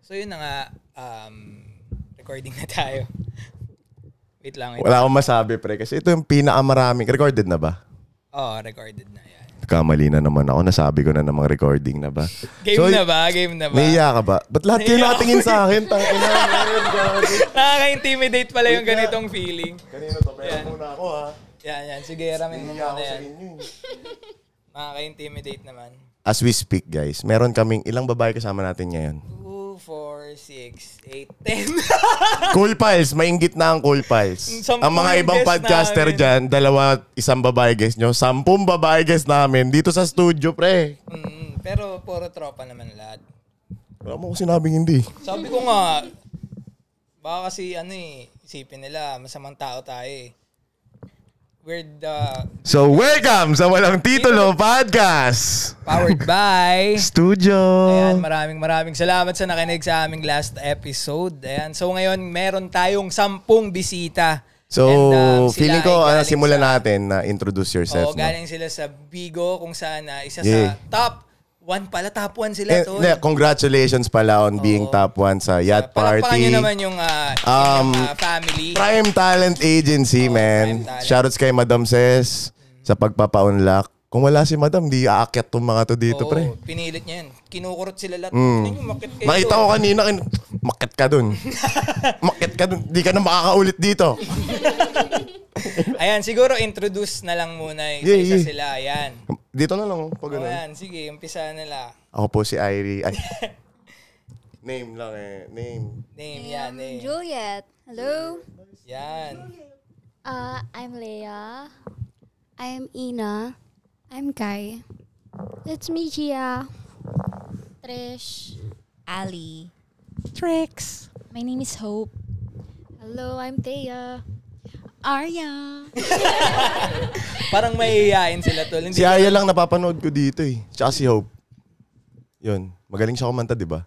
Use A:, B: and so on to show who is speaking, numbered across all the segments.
A: So yun na nga, um, recording na tayo. Wait lang. Wait.
B: Wala akong masabi, pre. Kasi ito yung pinakamaraming. Recorded na ba?
A: Oh, recorded na yan.
B: Kamali na naman ako. Nasabi ko na namang recording na ba?
A: Game
B: So, uh,
A: na ba? Game na ba?
B: Naiya ka ba? Ba't lahat kayo
A: Naiya ako.
B: nakatingin sa akin? Tangina.
A: Nakaka-intimidate pala yung
B: Wait na.
A: ganitong feeling.
B: Kanino to? Pero
A: Yeah.
B: muna ako, ha?
A: Yan, yan. Sige, ramin mo muna yan.
B: inyo. eh.
A: Nakaka-intimidate naman.
B: As we speak, guys, meron kaming ilang babae kasama natin ngayon.
A: 2, 4, 6, 8, 10.
B: Cool Pals, maingit na ang Cool Pals.
A: Sampung
B: ang mga
A: yung
B: ibang
A: guest
B: podcaster
A: namin.
B: dyan, dalawa, isang babae guest nyo, sampung babae guest namin dito sa studio, pre.
A: mm, pero puro tropa naman lahat.
B: Wala mo ko sinabing hindi.
A: Sabi ko nga, baka kasi ano eh, isipin nila, masamang tao tayo eh. Weird, uh,
B: So, welcome sa Walang Titulo Podcast
A: powered by...
B: Studio.
A: Ayan, maraming maraming salamat sa nakinig sa aming last episode. Ayan, so ngayon meron tayong sampung bisita.
B: So,
A: And, um, sila
B: feeling ko,
A: ay
B: ah,
A: galing
B: simulan
A: sa-
B: natin na introduce yourself.
A: Oo,
B: no?
A: galing sila sa Bigo kung saan ah, isa
B: Yeah.
A: sa top one pala, top one
B: Eh,
A: sila Ah, to.
B: na- congratulations pala on being top one sa Yacht
A: Palakpakan
B: Party.
A: nyo naman yung, ah,
B: Um,
A: yung, ah, family.
B: Prime Talent Agency,
A: Oo,
B: man.
A: Oh, Prime Talent.
B: Shoutouts kay Madam Ses sa pagpapaunlak. Kung wala si Madam, di aakyat tong mga to dito,
A: Oo,
B: pre.
A: Pinilit niya yan. Kinukurot sila lahat.
B: Mm.
A: Tingnan nyo, makit Oh. kayo.
B: Nakita ko kanina, kin- makit ka dun. makit ka dun. Di ka na makakaulit dito.
A: Ayan, siguro introduce na lang muna isa,
B: Yeah,
A: isa
B: yeah.
A: sila. Ayan.
B: Dito na lang, oh, pag
A: O,
B: ganun.
A: ayan, sige, umpisa nila.
B: Ako po si Irie. Ay. name lang eh. Name.
A: Name, yan, name.
C: Juliet. Hello.
A: Yan.
C: Uh, I'm Leia. I'm Ina. I'm Kai. It's me, Gia. Trish.
D: Ali. Trix. My name is Hope.
C: Hello, I'm Thea.
D: Arya.
A: Parang mahihayain sila tol. Hindi
B: Si Aya lang napapanood ko dito eh. Tsaka si Hope. Yun. Magaling siya kumanta, di ba?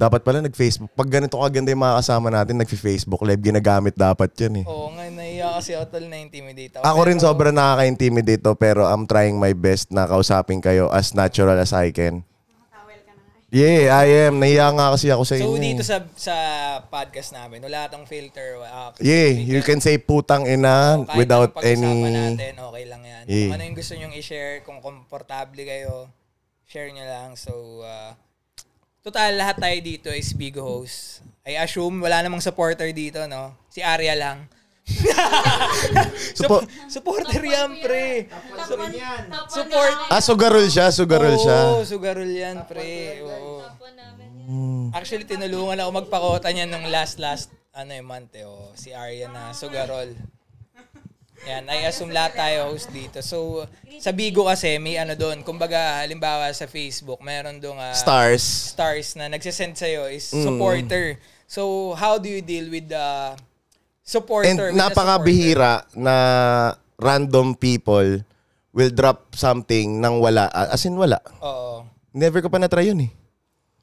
B: Dapat pala nag-Facebook. Pag ganito kaganda yung mga kasama natin, nag-Facebook live, ginagamit dapat yan eh.
A: Oo nga, naiya kasi ako tol, na-intimidate ako.
B: Ako rin
A: Pero,
B: sobrang nakaka-intimidate to, pero I'm trying my best na kausapin kayo as natural as I can. Yeah, I am. Nahiya nga kasi ako sa inyo.
A: So
B: eh.
A: dito sa sa podcast namin, wala tong filter. ah,
B: yeah, you can say putang ina
A: Oh, kahit
B: without
A: anong pag-usapan
B: any...
A: natin, okay lang yan.
B: Yeah.
A: Kung ano yung gusto nyong i-share, kung komportable kayo, share nyo lang. So, ah, total, lahat tayo dito is big host. I assume, wala namang supporter dito, no? Si Aria lang.
B: Supo-
A: supporter yan, pre. Support.
B: Ah, sugarol siya, sugarol siya.
A: Oo, sugarol yan, pre. Oo.
B: Mm.
A: Actually, tinulungan ako magpakota niya nung last, last, ano yung month eh, oh, si Arya na sugarol. Yan, I assume lahat tayo host dito. So, sa Bigo kasi, may ano doon. Kumbaga, halimbawa sa Facebook, meron doon ah,
B: Stars.
A: stars na nagsisend sa'yo is
B: Mm.
A: supporter. So, how do you deal with the supporter?
B: And
A: with the
B: napakabihira na random people will drop something nang wala. Ah, As in, wala.
A: supporter? Oo.
B: Never ko pa na-try yun eh.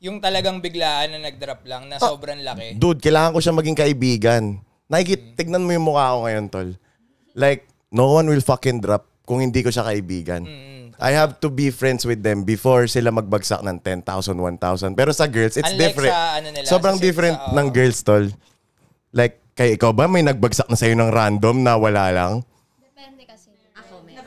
A: Yung talagang biglaan na nag-drop lang
B: Ah.
A: na sobrang laki.
B: Dude, kailangan ko siya maging kaibigan. Nakikit, tignan mo yung mukha ko ngayon, tol. Like, no one will fucking drop kung hindi ko siya kaibigan. I have to be friends with them before sila magbagsak ng 10,000, 1,000. Pero sa girls, it's
A: Unlike
B: different.
A: sa ano nila,
B: Sobrang
A: sa-
B: different
A: sa-
B: ng girls, tol. Like, kay ikaw ba may nagbagsak na sa'yo ng random na wala lang?
D: Ako, may.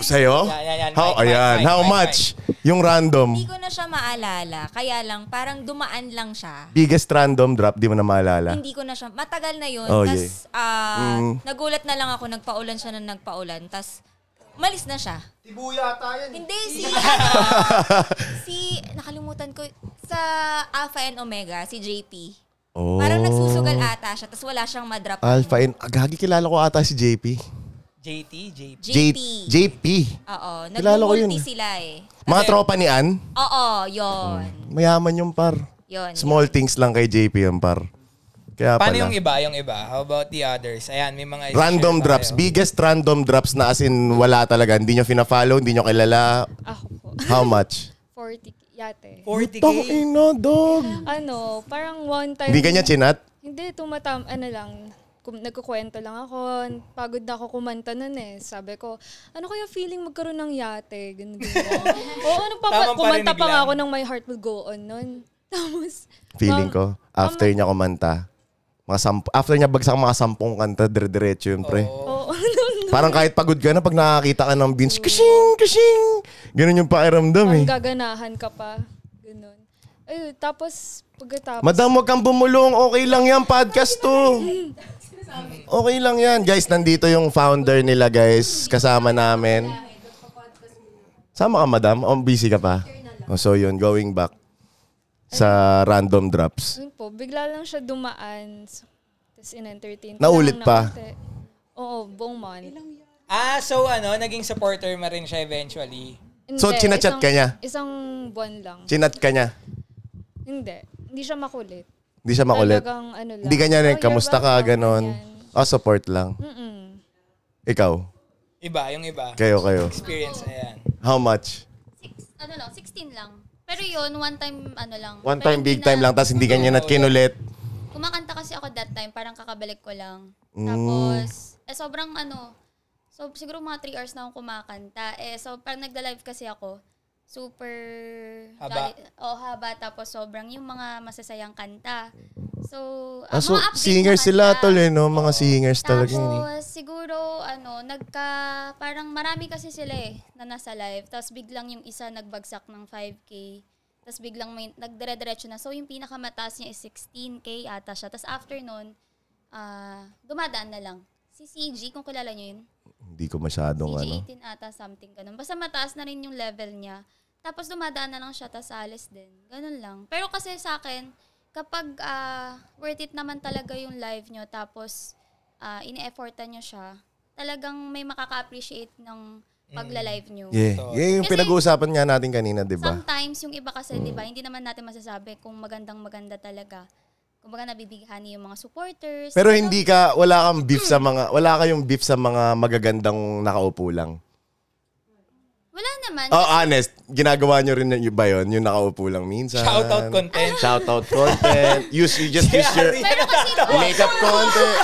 B: Sa'yo?
A: Yan, yan, yan.
B: How,
A: Mike, Mike,
B: ayan.
A: Mike,
B: How
A: Mike,
B: much? Yung random.
D: Hindi ko na siya maalala. Kaya lang, parang dumaan lang siya.
B: Biggest random drop, di mo na maalala.
D: Hindi ko na siya. Matagal na yun.
B: Oh, Mm-hmm.
D: tas, ah, nagulat na lang ako. Nagpaulan siya na nagpaulan. Tas, malis na siya. Tibu yata yan. Hindi, si, ano, si, nakalimutan ko, sa Alpha and Omega, si JP.
B: Oh.
D: Parang nagsusugal ata siya, tas wala siyang madrop.
B: Alpha and... Agagi, kilala ko ata si JP.
A: JT, JP.
B: J-
D: JP.
B: JP.
D: Oo,
B: Kilala ko yun.
D: nag-multi sila eh.
B: Mga tropa ni Ann,
D: Oo, yon.
B: mayaman yung par. Mm.
D: Yun.
B: Small things lang kay JP yung par. Kaya
A: Paano
B: pala.
A: yung iba? Yung iba? How about the others? Ayan, may mga isi-share
B: Random
A: pa
B: drops.
A: kayo.
B: Biggest random drops na as in wala talaga. Hindi nyo fina-follow, hindi nyo kilala.
E: Ako po.
B: How much?
E: 40 k- yate.
A: 40k.
B: Tang ina, dog.
E: Ano, parang one time...
B: Hindi kanya chinat?
E: Hindi, tumatam, ano lang, kum- nagkukwento lang ako. Pagod na ako kumanta nun eh. Sabi ko, ano kaya feeling magkaroon ng yate? Ganun din. Oo, ano pa,
A: Tamang
E: kumanta
A: parinig
E: pa nga
A: lang.
E: ako ng My Heart Will Go On nun. Tapos,
B: Feeling ko, after niya kumanta, mga samp- after niya bagsak mga sampung kanta, dire-diretso yun, pre.
E: oo. nung-
B: Parang kahit pagod ka na, pag nakakita ka ng beans, kashing, kashing, ganun yung pakiramdam eh.
E: Ang gaganahan ka pa. Ganun. Ayun, tapos pagkatapos,
B: Madam, wag kang bumulong. Okay lang yan, podcast to. Okay lang yan. Guys, nandito yung founder nila, guys. Kasama namin. Sama ka, madam? O, busy ka pa? O, so yun, going back sa random drops.
E: yun po, bigla lang siya dumaan. So, tapos in-entertain. ko
B: Naulit
E: lang ng
B: pa?
E: konti. Oo, buong month.
A: Ah, so ano, naging supporter mo rin siya eventually.
E: Hindi,
B: So, chinachat
E: isang-
B: ka niya?
E: Isang buwan lang.
B: Chinat ka niya.
E: Hindi. Hindi siya makulit.
B: Hindi siya makulit.
E: Talagang ano lang.
B: Hindi ka niya
E: "Oh,
B: rin,
E: you're
B: kamusta ka,
E: welcome,"
B: ganon.
E: ganyan.
B: O, support lang.
E: Mm-mm.
B: Ikaw,
A: Iba, yung iba.
B: kayo, kayo.
A: Experience, ayan.
B: How much?
F: Six, ano lang, 16 lang. Pero yun, one time, ano lang.
B: One
F: Pero
B: time,
F: hindi
B: big time
F: na-
B: lang, tapos hindi ka niya nat kinulit.
F: Kumakanta kasi ako that time, parang kakabalik ko lang. Tapos, eh sobrang ano, so siguro mga 3 hours na akong kumakanta. Eh, so parang nagda-live kasi ako, super...
A: Haba.
F: oh, haba. Tapos sobrang yung mga masasayang kanta. So,
B: Ah,
F: ah,
B: so,
F: mga upbeat na
B: singers sila,
F: kanta.
B: tol, eh, no? Mga singers talaga yun, eh.
F: Tapos, siguro, ano, nagka, parang marami kasi sila eh, na nasa live. Tapos, biglang yung isa nagbagsak ng 5K. Tapos, biglang may, nagdire-diretso na. So, yung pinakamataas niya is 16K ata siya. Tapos, after nun, ah, dumadaan na lang. Si CG, kung kilala niyo yun.
B: Hindi ko masyadong ano.
F: CG 18 ata, something ganun. Basta mataas na rin yung level niya. Tapos dumadaan na lang siya, tas alis din. Ganun lang. Pero kasi sa akin, kapag ah, worth it naman talaga yung live nyo, tapos uh, ini-effortan nyo siya, talagang may makaka-appreciate ng pagla-live nyo.
B: Yeah.
A: Totoo.
B: yeah yung
F: Kasi-
B: pinag-uusapan nga natin kanina, di ba? Mm.
F: Sometimes, yung iba kasi, di ba, hindi naman natin masasabi kung magandang maganda talaga. Kung baga nabibighani yung mga supporters.
B: Pero hindi ka, wala kang beef sa mga, wala kayong beef sa mga magagandang nakaupo lang.
F: Wala naman.
B: Oh, honest, ginagawa nyo rin yun ba yun? Yung nakaupo lang minsan.
A: Shoutout content.
B: Shoutout content. use, you just use your
F: Pero kasi,
B: makeup content.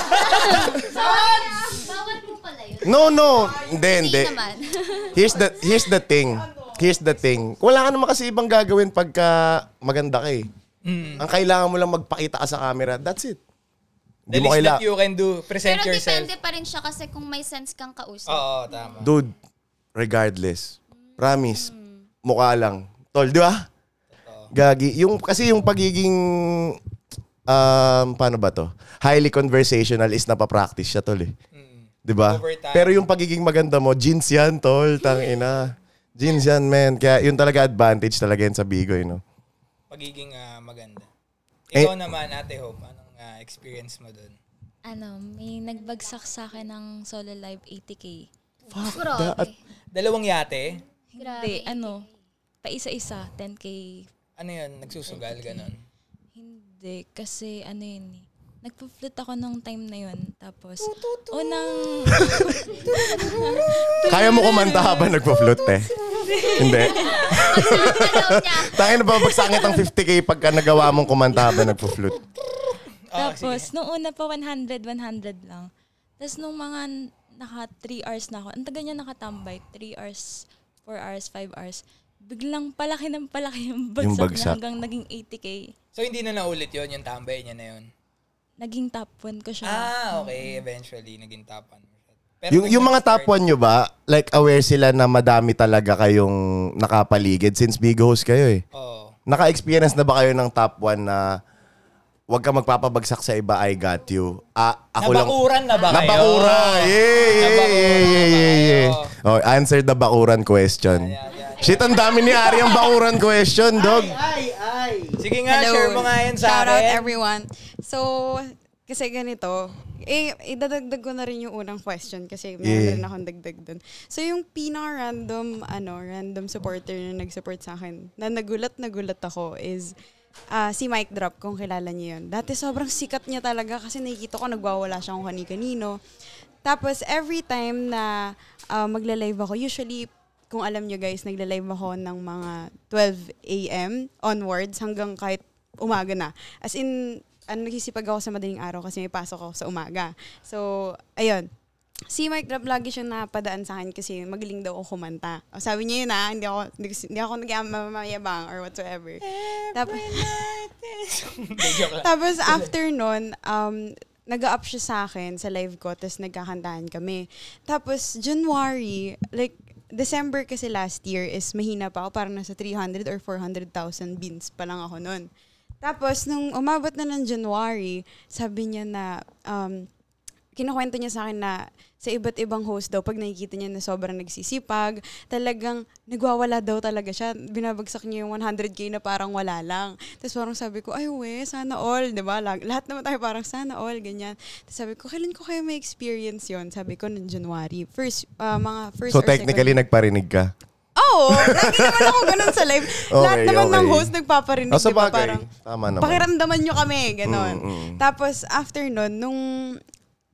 F: bawal po pala yun.
B: No, no. Hindi, hindi.
F: Hindi naman.
B: Here's the, here's the thing. Here's the thing. Wala ka naman kasi ibang gagawin pagka maganda ka eh. Ang kailangan mo lang magpakita ka sa camera. That's it. Hindi
A: The
B: mo
A: least
B: kaila.
A: that you can do, present
F: Pero
A: yourself.
F: depende pa rin siya kasi kung may sense kang kausap.
A: Oo, tama.
B: Dude, regardless. Promise. Mukha lang. Tol, di ba? Gagi. Yung, kasi yung pagiging, um, paano ba to? Highly conversational is napapractice siya, tol eh.
A: Hmm.
B: Di ba?
A: Over time.
B: Pero yung pagiging maganda mo, jeans yan, tol. Tangina. Jeans yan, man. Kaya yun talaga advantage talaga yan sa Bigoy, no?
A: Pagiging ah, maganda.
B: Eh-
A: Ikaw naman, Ate Hope, anong ah, experience mo dun?
G: Ano, may nagbagsak sa akin ng solo live 80k.
F: Grabe.
A: Dalawang yate?
G: Hindi, ano, paisa-isa, 10k.
A: Ano yun? Nagsusugal, ganun.
G: Hindi, kasi ano yun eh. Nagpa-flute ako nung time na yun. Tapos, unang,
B: Kaya mo kumanta habang nagpa-float, eh. Hindi. Tangina na babagsak ang 50k pagka nagawa mong kumanta habang nagpa-float.
A: Ah,
G: tapos, nung una pa 100, 100 lang. Tapos nung mga n- naka 3 hours na ako, ang taga niya nakatambay, 3 hours, 4 hours, 5 hours. Biglang palaki ng palaki yung bagsak,
B: Yung
G: niya
B: bagsak.
G: hanggang naging 80k.
A: So, hindi na naulit yun, yung tambay niya na yun.
G: Naging top 1 ko siya.
A: Ah, okay. Eventually, naging top 1. Pero
B: Yung, yung mga top 1 nyo ba, like aware sila na madami talaga kayong nakapaligid since big host kayo eh.
A: Oo.
B: Naka-experience na ba kayo ng top 1 na wag ka magpapabagsak sa iba, I got you. Ah, ako lang.
A: Nabakuran na ba kayo?
B: Nabakura! Yeah, yeah, yeah,
A: Nabakura
B: yeah,
A: na
B: yeah, yeah.
A: kayo.
B: Oh, answer the bakuran question.
A: Yan, yan.
B: Shit, ang dami ni Ari ang bakuran question, dog.
A: Sige nga, share mo nga yan sa
H: Shout out
A: akin.
H: everyone. So, kasi ganito, eh, idadagdag ko na rin yung unang question kasi meron
B: Yeah.
H: na rin akong dagdag dun. So, yung pinaka-random, ano, random supporter na nag-support sa akin, na nagulat-nagulat ako is ah, si Mike Drop, kung kilala niyo yun. Dati sobrang sikat niya talaga kasi nakikita ko nagwawala siya kung kani-kanino. Tapos, every time na ah, magla-live ako, usually, kung alam nyo guys, nagla-live ako ng mga 12 a.m. onwards hanggang kahit umaga na. As in, ano, nagsisipag ako sa madaling araw kasi may pasok ako sa umaga. So, ayun. si Mike Drop lagi siyang napadaan sa akin kasi magaling daw ako kumanta. O, sabi niya yun ah, hindi ako, hindi, hindi ako nag-mamayabang or whatsoever. Tapos,
A: Hindi, joke lang.
H: tapos after nun, um, nag-up siya sa akin sa live ko, tapos nagkakantahan kami. Tapos, January, like, December kasi last year is mahina pa ako, parang nasa 300 or 400,000 beans pa lang ako nun. Tapos, nung umabot na ng January, sabi niya na, um, kinukwento niya sa akin na sa iba't ibang host daw, pag nakikita niya na sobrang nagsisipag, talagang nagwawala daw talaga siya. Binabagsak niya yung 100k na parang wala lang. Tapos parang sabi ko, ay we, sana all, di ba? Lag- Lahat naman tayo parang sana all, ganyan. Tapos sabi ko, kailan ko kayo may experience yon Sabi ko, noong January. First, ah, mga first
B: So
H: or second-
B: technically, nagparinig ka.
H: Oo, lagi naman ako ganun sa live. Lahat
B: Okay,
H: naman ng
B: okay.
H: host nagpaparinig,
B: Nasa
H: di ba?
B: bagay.
H: Parang,
B: Tama naman.
H: Pakiramdaman nyo kami, ganun.
B: Mm, mm.
H: Tapos, after nun, nung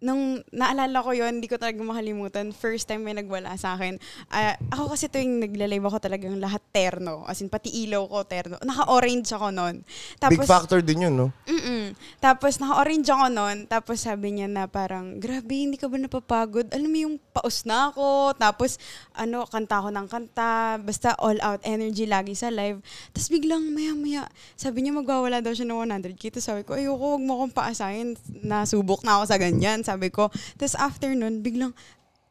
H: nung naalala ko yon hindi ko talaga makalimutan. First time may nagwala sa akin. Ah, ako kasi tuwing nagla-live ako talagang lahat terno. As in, pati ilaw ko terno. Naka-orange ako nun. Tapos,
B: Big factor din yun, no?
H: Mm-mm. Tapos naka-orange ako noon. Tapos sabi niya na parang, grabe, hindi ka ba napapagod? Alam mo yung paos na ako. Tapos ano, kanta ako ng kanta. Basta all out energy lagi sa live. Tapos biglang maya-maya, sabi niya magwawala daw siya ng 100k. Tapos sabi ko, ayoko, wag mo akong paasahin. Nasubok na ako sa ganyan, sabi ko. Tapos after nun, biglang,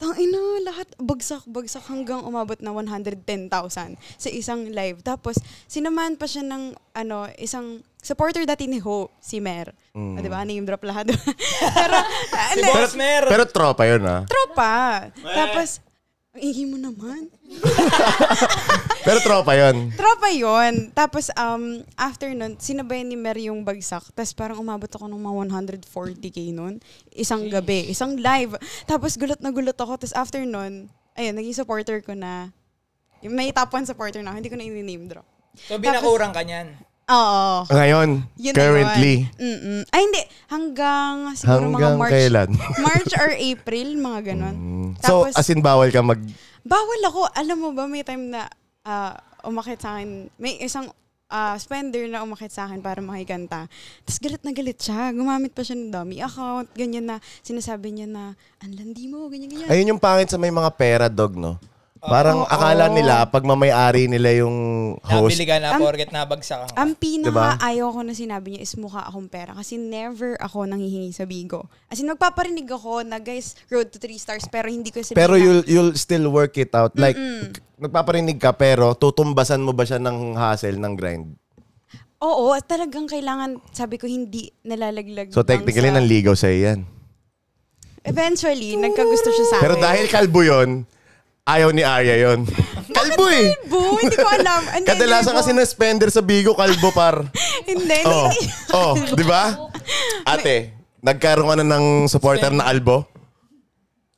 H: Tang ina, lahat bagsak-bagsak hanggang umabot na 110,000 sa isang live. Tapos, sinamahan pa siya ng ano, isang supporter dati ni Ho, si Mer. O, di ba? Name drop lahat. Pero, ah,
A: Si
H: hindi,
A: Boss Mer.
B: Pero tropa yun, ah.
H: tropa. Tapos, ang ingay mo naman.
B: Pero tropa yun.
H: Tropa yon. Tapos, um, after nun, sinabay ni Mer yung bagsak. Tapos parang umabot ako ng mga 140k nun. Isang gabi, isang live. Tapos gulat na gulat ako. Tapos after nun, ayun, naging supporter ko na. Yung may top one supporter na ako, hindi ko na i-name drop.
A: So, binakurang ka niyan.
H: Oo.
B: Ngayon,
H: Yun na
B: currently,
H: yun. Mm-mm. Ay, hindi. Hanggang siguro mga
B: Hanggang
H: March.
B: kailan? Mm.
H: March or April, mga ganun.
B: So,
H: Tapos,
B: as in, bawal ka mag...
H: bawal ako. Alam mo ba, may time na ah, umakit sa akin, may isang ah, spender na umakit sa akin para makikanta. Tapos galit na galit siya. Gumamit pa siya ng dummy account, ganyan na. Sinasabi niya na, ang landi mo, ganyan-ganyan.
B: Ayun yung pangit sa may mga pera dog, no? Parang akala nila, pag mamayari nila yung host,
A: Nabili ka na porket nabagsak ka.
H: Ang
B: diba?
H: pinaka-ayaw ko na sinabi niya is mukha akong pera kasi never ako nanghihingi sa Bigo. As in, magpaparinig ako na guys, road to three stars pero hindi ko sabihin
B: pero
H: na-
B: you'll, you'll still work it out. Like, nagpaparinig ka, pero tutumbasan mo ba siya ng hassle, ng grind?
H: Oo, at talagang kailangan, sabi ko, hindi nalalaglag.
B: So,
H: lang
B: technically,
H: sa-
B: nanligaw sa'yo yan.
H: Eventually, nagkagusto siya sa akin.
B: Pero dahil kalbo yun, ayaw ni Arya yun. kalbo eh!
H: Boo, hindi ko alam. Hindi,
B: Kadalasan
H: hindi
B: kasi
H: ko-
B: na spender sa Bigo, kalbo par.
H: Hindi,
B: Oh,
H: hindi.
B: oh, di ba? Ate, nagkaroon ka na ng supporter na albo?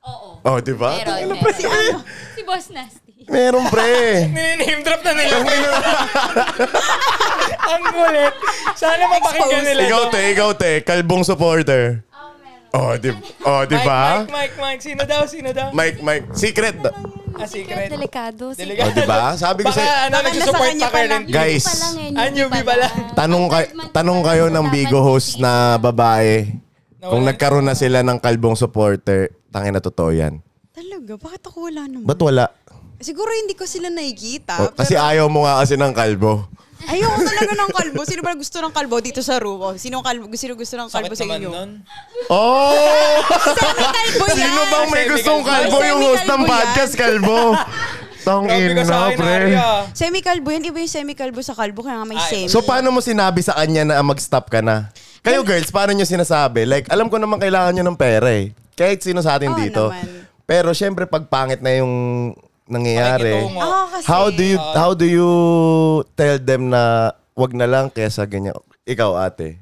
F: Oo.
B: Oh, di ba?
D: Meron,
B: Ano
D: meron.
B: pa si Ano?
F: Si Boss Nasty.
B: Meron, pre.
A: Nini-name drop na nila. Ang kulit. Sana mapakinggan nila.
B: ikaw
A: to.
B: te, ikaw te, kalbong supporter.
F: Oh, meron.
B: Oh, di, oh, di ba?
A: Mike, Mike, Mike. Sino daw? Sino daw?
B: Mike, Mike, secret.
A: Ah, secret.
C: Delikado.
B: Oh,
A: Delikado.
B: di ba? Sabi ko sa
A: Baka ano,
H: Baka nasa
A: nagsusupport
H: kanya
A: pa
H: pa
A: kayo.
H: lang.
A: ng-
B: Guys,
C: pa lang eh,
A: Ah,
C: newbie
A: newbie
C: pa
A: pala.
C: lang.
B: tanong, kay, tanong kayo ng Bigo host na babae kung nagkaroon na sila ng kalbong supporter, tangin na totoo yan.
H: Talaga, bakit ako wala naman?
B: Ba't wala?
H: Siguro hindi ko sila nakikita.
A: Ah,
B: Oh, kasi
H: pero
B: ayaw mo nga kasi ng kalbo.
H: ayoko talaga ng kalbo. Sino ba gusto ng kalbo dito sa room? Sino ang kalbo? Sino gusto ng
A: Sakit
H: kalbo sa
A: naman
H: inyo?
A: nun.
B: Oh!
H: Kalbo yan!
B: Sino
A: eh.
B: bang may gustong kalbo yung host ng podcast, kalbo? Tang
A: Sabi ko
B: ina,
A: sa akin,
B: pre.
A: Arya.
H: Semi-kalbo yan. Iba yung semi-kalbo sa kalbo. Kaya nga may
A: Ah,
H: semi.
B: So, paano mo sinabi sa kanya na mag-stop ka na? Kayo girls, paano nyo sinasabi? Like, alam ko naman kailangan nyo ng pera eh. Kahit sino sa atin
H: Oo
B: dito.
H: naman.
B: Pero syempre, pag pangit na yung nangyayari,
A: Pakikitungo.
H: Ako Ah, kasi, uh,
B: how do you how do you tell them na wag na lang kesa ganyan? Ikaw, ate.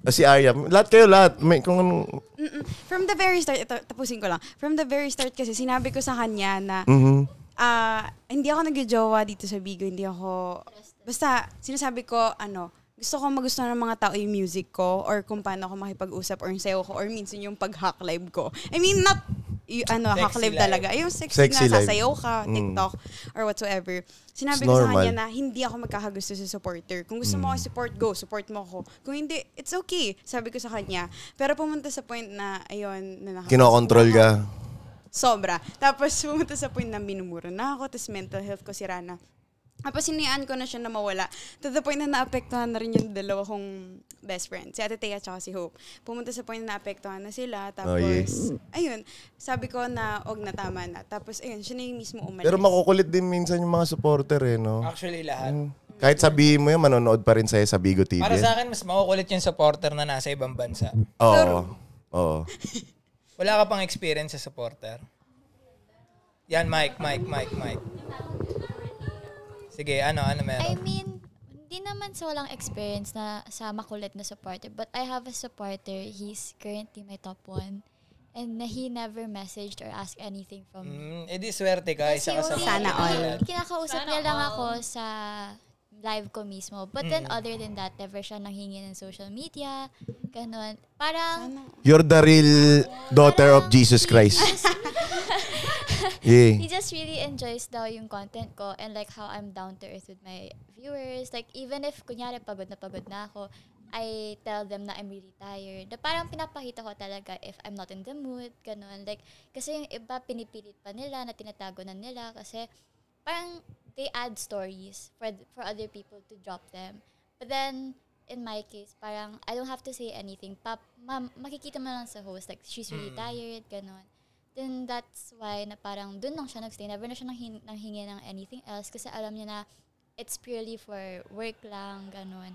B: O Si Arya. Lahat kayo, lahat. May, kung ano-
H: Mm-mm. from the very start, ito, tapusin ko lang. From the very start kasi, sinabi ko sa kanya na,
B: Mhm.
H: ah, hindi ako nagjojowa dito sa Bigo, hindi ako, basta sinasabi ko, ano, gusto ko magusto ng mga tao yung music ko or kung paano ako makipag-usap or yung sayo ko or minsan yung pag-hack live ko. I mean, not y- ano,
A: Sexy
H: hack live,
A: live.
H: talaga. Yung sexy,
B: Sexy
H: na
B: live.
H: sasayaw ka,
B: Mm.
H: TikTok, or whatsoever. Sinabi
B: It's
H: ko sa
B: normal. Hmm.
H: kanya na hindi ako magkakagusto sa supporter. Kung gusto mo ako support, go. Support mo ako. Kung hindi, it's okay. Sabi ko sa kanya. Pero pumunta sa point na, ayun, na nakaka-
B: Kinokontrol ka.
H: Sobra. Tapos pumunta sa point na minumura na ako, tapos mental health ko sira na. Tapos hinayaan ko na siya na mawala. To the point na naapektuhan na rin yung dalawa kong best friend, si Ate Thea at si Hope. Pumunta sa point na naapektuhan na sila. Tapos,
B: yes.
H: ayun, sabi ko na og na tama na. Tapos, ayun, siya na yung mismo umalis.
B: Pero makukulit din minsan yung mga supporter eh, no?
A: Actually, lahat.
H: Mm.
B: Kahit sabihin mo yun, manonood pa rin sa'yo sa Bigo TV.
A: Para sa akin, mas makukulit yung supporter na nasa ibang bansa.
B: Oo. Oo.
A: Wala ka pang experience sa supporter. Yan, Mike, Mike, Mike, Mike. Sige, ano, ano
C: I
A: meron?
C: mean, hindi naman sa walang experience na sa makulit na supporter. But I have a supporter. He's currently my top one. And na he never messaged or asked anything from me.
A: Mm, eh di swerte ka, isa ka sa mga
H: Sana all.
A: lahat.
C: Kinakausap niya lang ako sa live ko mismo. But
A: Mm.
C: then other than that, never siya nanghingi ng social media. Ganun. Parang,
B: You're the real daughter of Jesus Christ.
C: he
B: Yeah.
C: just really enjoys daw yung content ko and like how I'm down to earth with my viewers. Like even if kunyari pagod na pagod na ako, I tell them na I'm really tired. Na parang pinapakita ko talaga if I'm not in the mood, ganun. Like kasi yung iba pinipilit pa nila na tinatago na nila kasi parang they add stories for for other people to drop them. But then in my case, parang I don't have to say anything. Pap, ma'am, makikita mo lang sa host like she's really tired, ganun. Then that's why na parang dun lang siya nagstay. Never na siya nanghin- nanghingi ng anything else kasi alam niya na it's purely for work lang, ganun.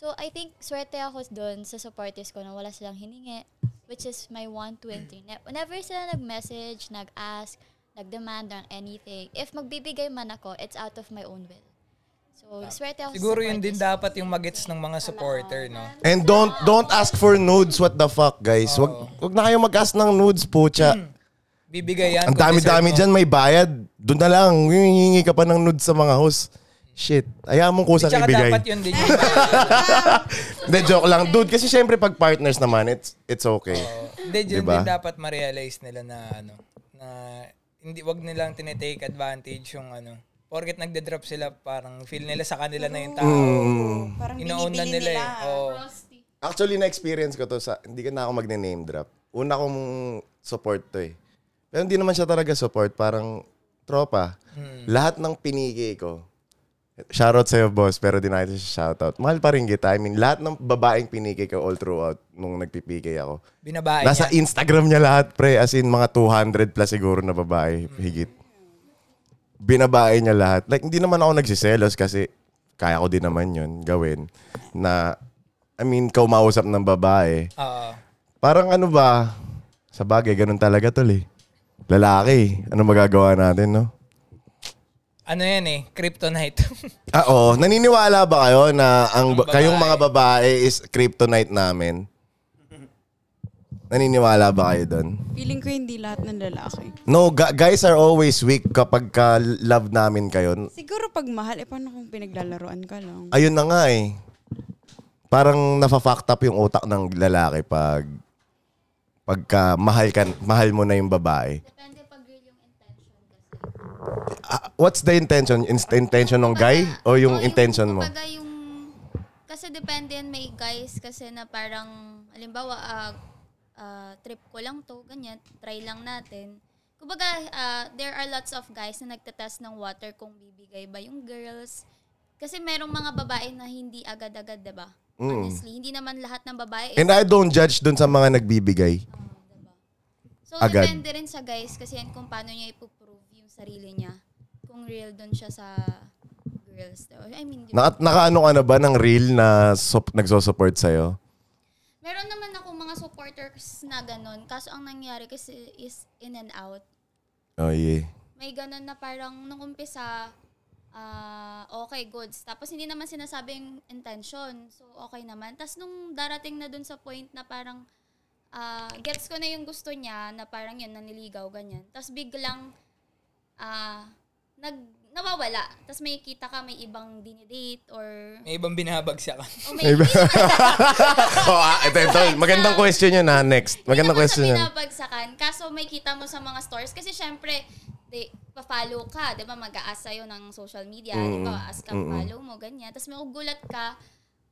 C: So I think swerte ako doon sa supporters ko na wala silang hiningi, which is my 1, 2, and 3. Ne- Whenever sila nag-message, nag-ask, nag-demand ng anything, if magbibigay man ako, it's out of my own will. So, swerte ako sa
A: Siguro yun din
C: supporters ko.
A: dapat yung magets ng mga supporter, no?
B: And don't don't ask for nudes, what the fuck, guys. Wag, wag na kayo mag-ask ng nudes, pucha.
A: Hmm. Bibigay yan.
B: Ang
A: kung
B: dami-dami
A: deserve
B: dyan, may bayad. Doon na lang, hihingi ka pa ng nudes sa mga host. Shit, ayaw mong
A: mo.
B: kusang
A: Tsaka
B: ibigay.
A: dapat yun din yung
B: Hindi, joke lang. Dude, kasi syempre pag partners naman, it's, it's okay.
A: Hindi, yun
B: Diba?
A: din dapat ma-realize nila na ano, na hindi wag nilang tinetake advantage yung ano. Porket nagde-drop sila, parang feel nila sa kanila na yung tao.
B: Mm.
H: Parang
A: Inoon na
H: binibili
A: nila, eh. Oo.
B: Actually, na-experience ko to sa, hindi ka na ako magne-name drop. Una kong support to eh. Pero hindi naman siya talaga support, parang tropa. Lahat ng pinigi ko, shoutout sa'yo boss, pero di na ito siya shoutout. Mahal pa rin kita. I mean, lahat ng babaeng pinigi ko all throughout nung nagpipigay ako.
A: Binabae
B: Nasa
A: niya.
B: Instagram niya lahat, pre. As in, mga 200 plus siguro na babae, higit. Binabae niya lahat. Like, hindi naman ako nagsiselos kasi kaya ko din naman yun gawin. Na, I mean, kaumausap ng babae.
A: Oo.
B: Parang ano ba, sa bagay, ganun talaga tol eh. Lalaki, ano magagawa natin, no?
A: ano yan eh, kryptonite.
B: Ah, oo. naniniwala ba kayo na ang, kayong mga babae is kryptonite namin? Naniniwala ba kayo doon?
H: Feeling ko hindi lahat ng lalaki.
B: No, gu- guys are always weak kapag ka love namin kayo.
H: Siguro pag mahal, eh paano kung pinaglalaroan ka lang?
B: Ayun na nga eh. Parang nafa-fucked up yung utak ng lalaki pag pagka mahal ka, mahal mo na yung babae.
F: Depende pag real yung intention kasi.
B: Ah, what's the intention? Ins- intention ng guy o yung
F: Oo,
B: intention mo?
F: kumbaga yung... Kasi depende yan, may guys kasi na parang, alimbawa, ah, ah, trip ko lang to, ganyan, try lang natin. Kumbaga, ah, there are lots of guys na nagtatest ng water kung bibigay ba yung girls. Kasi merong mga babae na hindi agad-agad, diba? Honestly, hindi naman lahat ng babae.
B: Mm. And I don't judge dun sa mga nagbibigay.
F: So,
B: Agad.
F: depende rin sa guys kasi yan kung paano niya ipoprove yung sarili niya. Kung real dun siya sa girls. I mean, di ba?
B: Naka, nakaano ka na ba ng real na sup- nagso-support sa'yo?
F: Meron naman ako mga supporters na ganun. Kaso ang nangyari kasi is in and out.
B: Oh yeah.
F: May ganun na parang nung umpisa, ah, okay, goods. Tapos hindi naman sinasabi yung intention. So, okay naman. Tapos nung darating na dun sa point na parang ah, gets ko na yung gusto niya na parang yun, naniligaw, ganyan. Tapos biglang ah, nag, nawawala. Tapos may kita ka, may ibang dinidate or...
A: May ibang binabagsakan.
F: o may,
B: oh, ah, ito, ito. Magandang question yun ha. Next. Magandang
F: Hindi naman
B: question
F: sa
B: yun.
F: binabagsakan. Kaso may kita mo sa mga stores. Kasi syempre, di, pa-follow ka. Di ba, mag-aas sa'yo ng social media. Di ba, aas ka, follow mo, ganyan. Tapos may gulat ka.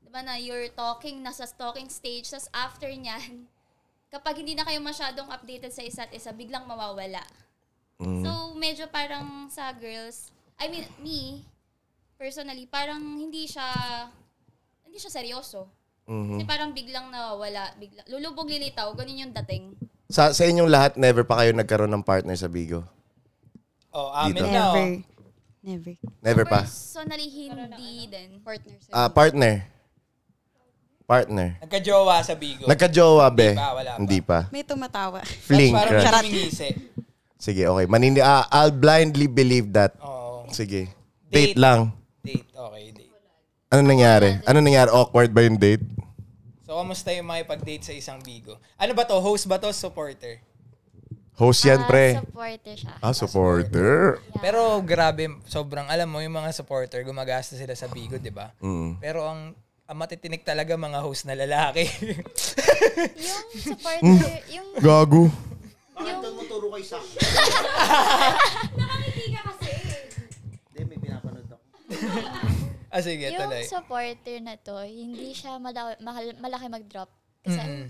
F: Di ba na you're talking, nasa stalking stage. Tapos after niyan, kapag hindi na kayo masyadong updated sa isa't isa, biglang mawawala.
B: Mm.
F: So, medyo parang sa girls, I mean, me, personally, parang hindi siya, hindi siya seryoso.
B: Mm-hmm.
F: Kasi parang biglang nawawala, bigla, lulubog lilitaw, ganun yung dating.
B: Sa, sa inyong lahat, never pa kayo nagkaroon ng partner sa Bigo?
A: Oh, amin
B: Dito.
A: na. oh.
H: Never. Never.
B: Never pa?
F: Personally,
C: ano
F: hindi din.
H: Partner.
B: Ah, partner. Partner.
A: Nagka-jowa sa Bigo.
B: Nagka-jowa, be?
A: Hindi pa, wala pa.
B: Hindi pa.
H: May tumatawa.
B: Fling.
A: Tapos
B: crush.
A: Parang mingisi.
B: Sige, okay. Manini, ah, I'll blindly believe that.
A: Oo.
B: Sige.
A: Date.
B: Date lang.
A: Date. Okay, date.
B: Ano nangyari? Ano nangyari? Awkward ba yung date?
A: So, kamusta yung mga pag-date sa isang Bigo? Ano ba to? Host ba to? Supporter?
B: Host yan,
C: Ah,
B: pre.
C: supporter siya.
B: Ah, supporter.
A: Pero grabe, sobrang alam mo yung mga supporter, gumagasta sila sa Bigo, di ba?
B: Mm.
A: Pero ang, ang matitinik talaga mga host na lalaki.
C: Yung supporter, yung,
B: Gago.
C: yung,
A: ah, sige,
C: yung
A: tuloy.
C: supporter na to, hindi siya malaki, malaki mag-drop. Kasi
A: Mm.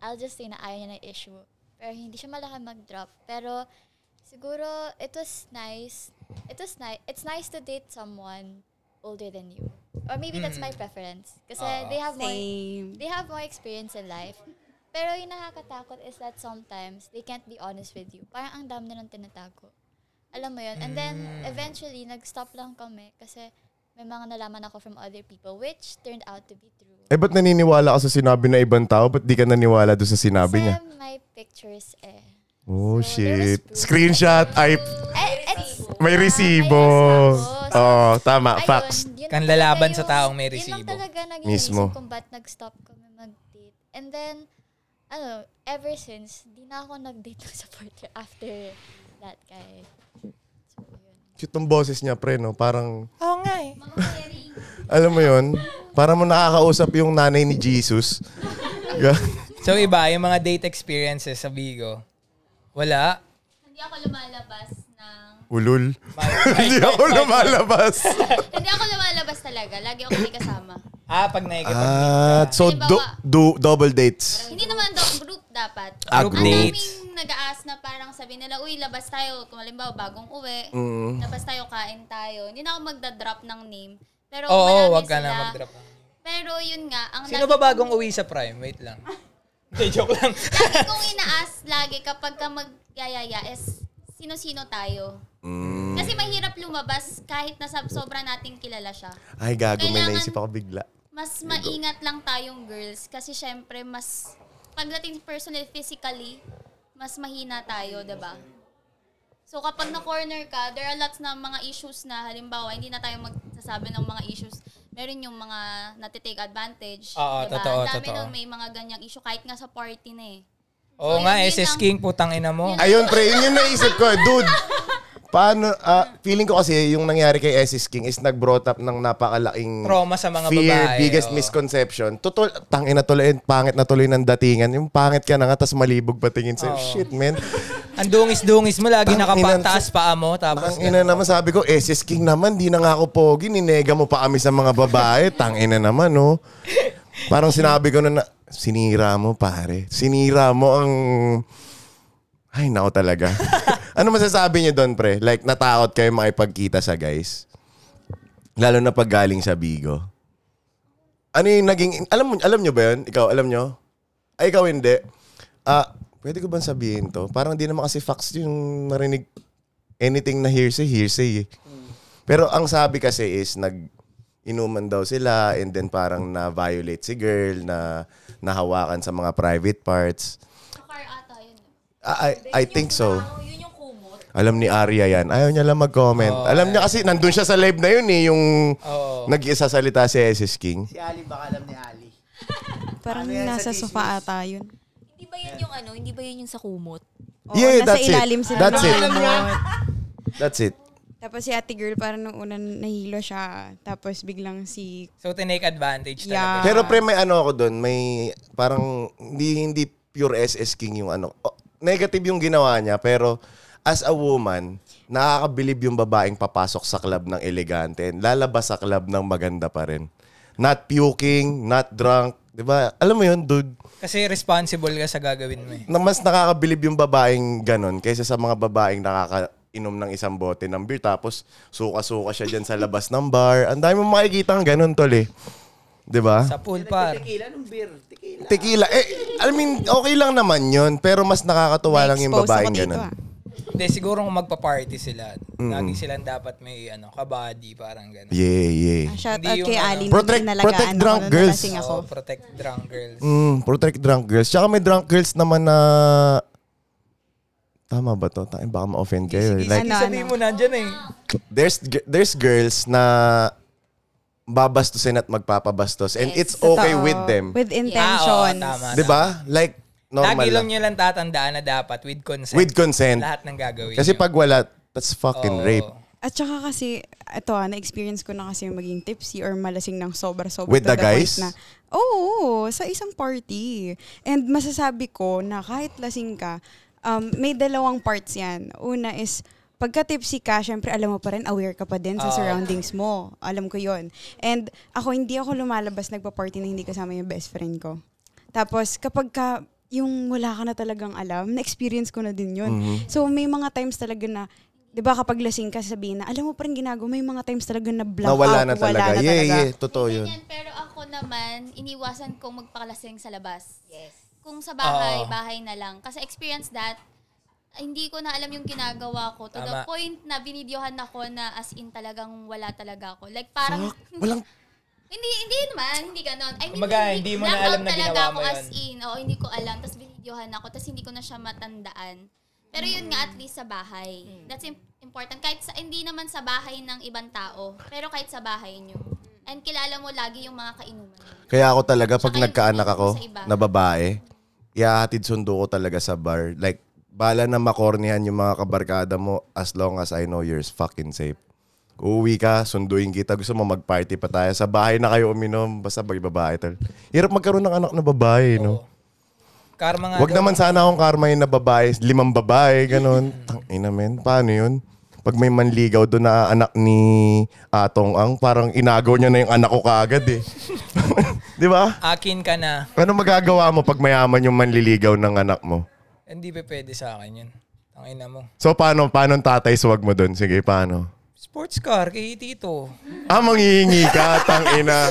C: I'll just say na ayaw niya ng issue. Pero hindi siya malaki mag-drop. Pero siguro, it was nice. It was nice. It's nice to date someone older than you. Or maybe that's my preference. Kasi they have more
H: Same.
C: they have more experience in life. Pero yung nakakatakot is that sometimes they can't be honest with you. Parang ang dami nilang tinatago. Alam mo yun? And then, eventually, nag-stop lang kami kasi may mga nalaman ako from other people which turned out to be true.
B: Eh, ba't naniniwala ka sa sinabi ng ibang tao? Ba't di ka naniwala doon sa sinabi niya?
C: Sa my pictures eh.
B: Oh,
C: So, there was
B: shit.
C: proof.
B: Screenshot. Ay,
C: Eh, it's,
B: may
C: ah,
B: resibo.
C: may resibo.
B: Oh, tama.
C: Ayun,
B: Facts.
C: yun lang
A: Kan
C: talaga
A: lalaban
C: yung-
A: sa taong may
C: Yun
A: resibo.
C: lang talaga naging
B: Mismo.
C: reason kung ba't nag-stop kami mag-date. And then, ano, ever since, di na ako nag-date ng supporter after that guy. So, yun.
B: Cute ng boses niya, pre, no? Parang... Oo nga eh. Alam mo yun? Para mo nakakausap yung nanay ni Jesus. Ga-
A: So iba, yung mga date experiences sa Bigo, wala.
F: Hindi ako lumalabas ng,
B: Ulul. Hindi
A: Mic-
B: ako lumalabas.
F: hindi ako lumalabas talaga. Lagi ako may kasama.
A: ah, pag naikipag
B: Ah, so do, do, double dates.
F: Hindi naman daw group dapat.
B: Ah,
A: Group
F: Ang
A: date.
B: group.
A: Dates.
F: daming nag-aas na parang sabi nila, uy, labas tayo. Kung halimbawa, bagong uwi.
A: Mm.
F: Labas tayo, kain tayo. Hindi na ako magda-drop ng name. Pero
A: Oo,
F: marami
A: wag ka
F: sila.
A: na mag-drop.
F: Pero yun nga, ang
A: Sino ba bagong uwi sa Prime? Wait lang. Hindi, joke lang.
F: lagi kong inaas lagi kapag ka magyayaya is sino-sino tayo.
A: Mm.
F: Kasi mahirap lumabas kahit na sab- sobra nating kilala siya.
B: Ay, gago. May
F: Kailangan-
B: naisip ako bigla.
F: Mas maingat lang tayong girls kasi syempre mas pagdating personally physically, mas mahina tayo, 'di ba? So kapag na-corner ka, there are lots na mga issues na halimbawa hindi na tayo magsasabi ng mga issues. Meron yung mga natitake advantage.
A: Oo,
F: diba?
A: totoo,
F: Ang dami
A: totoo.
F: nun may mga ganyang issue kahit nga sa party na eh.
A: Oo
F: So,
A: nga,
F: yun, yun
A: SS
F: lang.
A: King, putang ina mo.
B: Ayun, pre. Yun yung naisip ko. eh. Dude, paano, ah, feeling ko kasi yung nangyari kay Esis King is nag-brought up ng napakalaking
A: Trauma sa mga
B: fear,
A: babae, oh.
B: biggest
A: oo.
B: misconception. Totoo, tangin na tuloy, pangit na tuloy ng datingan. Yung pangit ka na nga, tas malibog pa tingin
A: Oh.
B: sa'yo. Shit, man.
A: Ang dungis-dungis mo, lagi
B: Tang ina,
A: nakapataas paa mo. Tapos,
B: Tangina naman, sabi ko, Esis King naman, di na nga ako pogi, ninega mo pa kami sa mga babae. Tangina naman, no? Parang sinabi ko na, na, sinira mo, pare. Sinira mo ang... Ay, nako talaga. ano masasabi niyo doon, pre? Like, natakot kayo makipagkita sa guys? Lalo na pag galing sa Bigo. Ano yung naging... Alam, mo- alam nyo ba yun? Ikaw, alam nyo? Ay, ikaw hindi. Ah, pwede ko bang sabihin to? Parang di naman kasi facts yung narinig anything na hearsay, hearsay eh. Pero ang sabi kasi is nag inuman daw sila and then parang na-violate si girl na nahawakan sa mga private parts.
F: Sa car ata yun.
B: Ah, I, I think so.
D: Yun yung kumot.
B: Alam ni Aria yan. Ayaw niya lang mag-comment. Alam niya kasi nandun siya sa live na yun eh, yung
A: Oo.
B: nag-isasalita si SS King.
I: Si Ali baka alam ni Ali.
H: Parang
I: Ano yan
H: nasa
I: sa
H: sofa ata yun.
D: Hindi ba yun yung ano? Hindi ba yun yung sa kumot?
H: Oo, nasa
B: Yeah, that's it.
H: ilalim sila.
B: That's
H: ng
B: it.
H: kumot.
B: That's it.
H: Tapos si ate girl, parang nung una nahilo siya. Tapos biglang si...
A: so, tinake advantage
H: Yeah.
A: talaga.
B: Pero pre, may ano ako doon. May parang hindi, hindi pure SS King yung ano. O, negative yung ginawa niya, pero as a woman, nakakabilib yung babaeng papasok sa club ng elegante and lalabas sa club ng maganda pa rin. Not puking, not drunk, 'Di ba? Alam mo 'yun, dude,
A: Kasi responsible ka sa gagawin mo eh.
B: na mas nakakabilib yung babaeng ganon kaysa sa mga babaeng nakakainom ng isang bote ng beer tapos suka-suka siya dyan sa labas ng bar. Ang dami mong makikita ang ganon, tol eh. 'Di ba?
A: Sa pool par.
I: Tequila nung beer. Tequila.
B: Tequila. Eh, I mean, okay lang naman yun. Pero mas nakakatuwa lang yung
H: Na-expose ako
B: babaeng
H: dito,
B: ganun.
H: ah.
A: Hindi, siguro kung magpa-party sila, lagi silang dapat may ano, kabady, parang gano'n.
B: Yeah, yeah.
H: Ah, Shout
A: Hindi
H: out
A: yung
H: kay
A: ano.
H: Ali.
B: Protect-
H: Protect, nalagaan
B: protect
H: ako
B: drunk
H: nung
B: girls. Oh.
H: nalasing ako.
A: Oo, protect drunk girls.
B: Mm, protect drunk girls. Tsaka may drunk girls naman na... Tama ba to? Tangin, baka ma-offend kayo. eh. Like,
A: Hindi sabihin mo, nandyan eh.
B: there's gi- there's girls na babastusin at magpapabastos. And it's okay
H: Totoo.
B: with them.
H: With
A: Ah, oo,
H: intentions.
A: tama.
B: 'Di ba? Like, normal
A: Lagi lang
B: lang.
A: nyo lang tatandaan na dapat with consent.
B: With consent.
A: Lahat ng gagawin
B: Kasi
A: nyo.
B: pag wala, that's fucking
A: Oo.
B: rape.
H: At saka kasi, ito ah, na-experience ko na kasi yung maging tipsy or malasing ng sobra-sobra.
B: With
H: to
B: the
H: point
B: guys?
H: Na, Oo, sa isang party. And masasabi ko na kahit lasing ka, um, may dalawang parts yan. Una is, pagka tipsy ka, syempre alam mo pa rin, aware ka pa
B: Ah,
H: din sa surroundings mo. Alam ko yon And ako, hindi ako lumalabas nagpa-party na hindi kasama yung best friend ko. Tapos kapag ka, yung wala ka na talagang alam, na-experience ko na din yun.
B: Mm-hmm.
H: So may mga times talaga na, di ba kapag lasing ka, sabihin na, alam mo pa rin ginagawa, may mga times talaga na
B: Na
H: black out,
B: wala na talaga. yeah, yeah. Totoo yun.
F: Ganyan, pero ako naman, iniwasan kong magpakalasing sa labas. Yes. Kung sa bahay,
A: Oo.
F: bahay na lang. Kasi experience that, hindi ko na alam yung ginagawa ko. To the
A: Tama.
F: point na binidyohan ako na as in talagang wala talaga ako. Like parang...
B: Walang
F: Hindi, hindi naman. Hindi ganon. I mean,
A: Kumbaga, hindi mo na
F: blackout
A: alam na
F: talaga
A: ginawa mo
F: ako as
A: yun.
F: in. Oo, hindi ko alam. Tapos binidyohan ako. Tapos hindi ko na siya matandaan. Pero yun nga, at least sa bahay.
J: Hmm.
F: That's im- important. Kahit sa, hindi naman sa bahay ng ibang tao. Pero kahit sa bahay nyo.
J: Hmm.
F: And kilala mo lagi yung mga kainuman. mo.
B: Kaya ako talaga, pag
F: Tsaka yung
B: nagkaanak
F: tingin
B: ako,
F: sa iba.
B: na babae, iahatid sundo ko talaga sa bar. Like, bala na makornihan yung mga kabarkada mo as long as I know you're fucking safe. Uuwi ka, sunduin kita. Gusto mo mag-party pa tayo. Sa bahay na kayo uminom. Basta pag babae, tol. Hirap magkaroon ng anak na babae, no?
A: Karma nga
B: Wag
A: daw.
B: naman sana akong karma yun na babae. Limang babae, ganun. Tang ina, men. Paano yun? Pag may manligaw doon na anak ni Atong Ang, parang inagaw niya na yung anak ko kaagad eh. Di ba?
A: Akin ka na.
B: Ano magagawa mo pag mayaman yung manliligaw ng anak mo?
A: Hindi pa pwede sa akin yun. Ang ina mo.
B: So paano, paano ang tatay swag mo doon? Sige, paano?
A: Sports car, kay tito.
B: Ah, manghihingi ka, tang ina.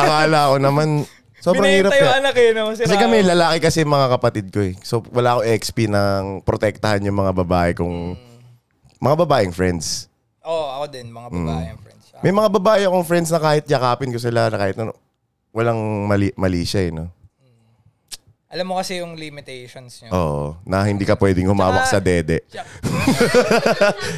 B: Akala ko naman, sobrang hirap
A: Binenta yung
B: eh.
A: anak eh, no? Sira
B: Kasi kami,
A: ako.
B: lalaki kasi yung mga kapatid ko eh. So wala ako XP ng protektahan yung mga babae kung... Mga babaeng friends.
A: Oo, oh, ako din. Mga babae ang friends. Ah,
B: Mm. May mga babae akong friends na kahit yakapin ko sila, na kahit ano, walang mali, mali siya eh, no?
A: Alam mo kasi yung limitations nyo.
B: Oo, na hindi ka pwedeng humawak sa
A: Tsaka-
B: dede.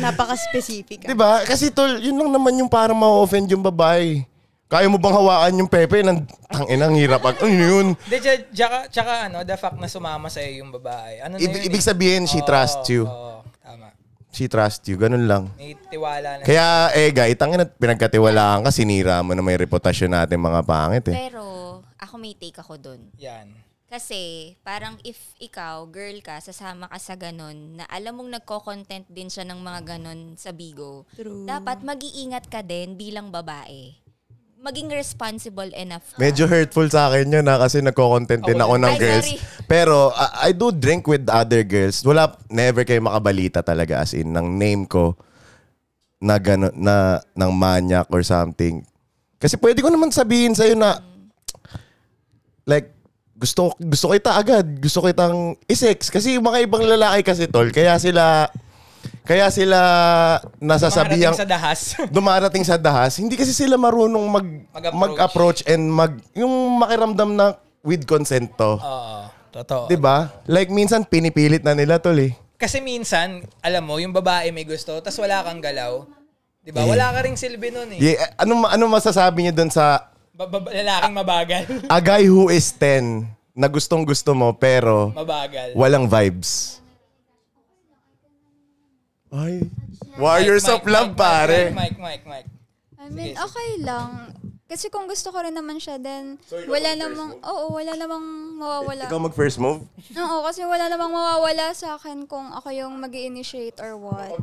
H: Napaka-specific. ah.
B: 'Di ba? Kasi tol, yun lang naman yung parang ma-offend yung babae. Kaya mo bang hawaan yung pepe ng tanginang hirap at ano yun?
A: Hindi, tsaka, tsaka, tsaka ano, the fact na sumama sa'yo yung babae. Ano na yun?
B: Ibig,
A: eh?
B: ibig sabihin, she
A: Oo,
B: trusts you.
A: Oo, tama.
B: She trusts you. Ganun lang.
A: May tiwala na.
B: Kaya, eh, guy, tangin at pinagkatiwalaan ka, sinira mo na may reputasyon natin mga pangit eh.
D: Pero, ako may take ako dun.
A: Yan.
D: Kasi, parang if ikaw, girl ka, sasama ka sa ganun, na alam mong nagko-content din siya ng mga ganun sa bigo, dapat mag-iingat ka din bilang babae. Maging responsible enough. ka.
B: Medyo hurtful sa akin yun na kasi nagko-content din ako ng
D: Oh, Ay,
B: girls.
D: sorry.
B: Pero ah, I, I do drink with other girls. Wala, never kayo makabalita talaga as in ng name ko na gano, na ng maniac or something. Kasi pwede ko naman sabihin sa'yo na like gusto gusto kita agad. Gusto kitang isex kasi yung mga ibang lalaki kasi tol kaya sila kaya sila
A: Sabi
B: nasasabihang
A: sa dahas.
B: dumarating sa dahas, hindi kasi sila marunong mag,
A: Mag-approach.
B: mag-approach and mag yung makiramdam na with consent to.
A: Oo, totoo.
B: 'Di ba? Like minsan pinipilit na nila tol eh.
A: Kasi minsan, alam mo, yung babae may gusto, tas wala kang galaw. Di ba? Wala ka ring silbi nun eh.
B: Yeah, eh, anong anong masasabi niya doon sa
A: Ba- ba- lalaking mabagal.
B: a guy who is 10 na gustong gusto mo pero
A: mabagal.
B: walang vibes? Ay. Warriors
A: Mike,
B: of love
A: Mike, Mike,
B: pare.
A: Mike, Mike, Mike.
K: I mean, okay lang. Kasi kung gusto ko rin naman siya, then wala namang, oo, wala namang mawawala.
B: Ikaw mag-first move?
K: Oo, kasi wala namang mawawala sa akin kung ako yung mag initiate or what.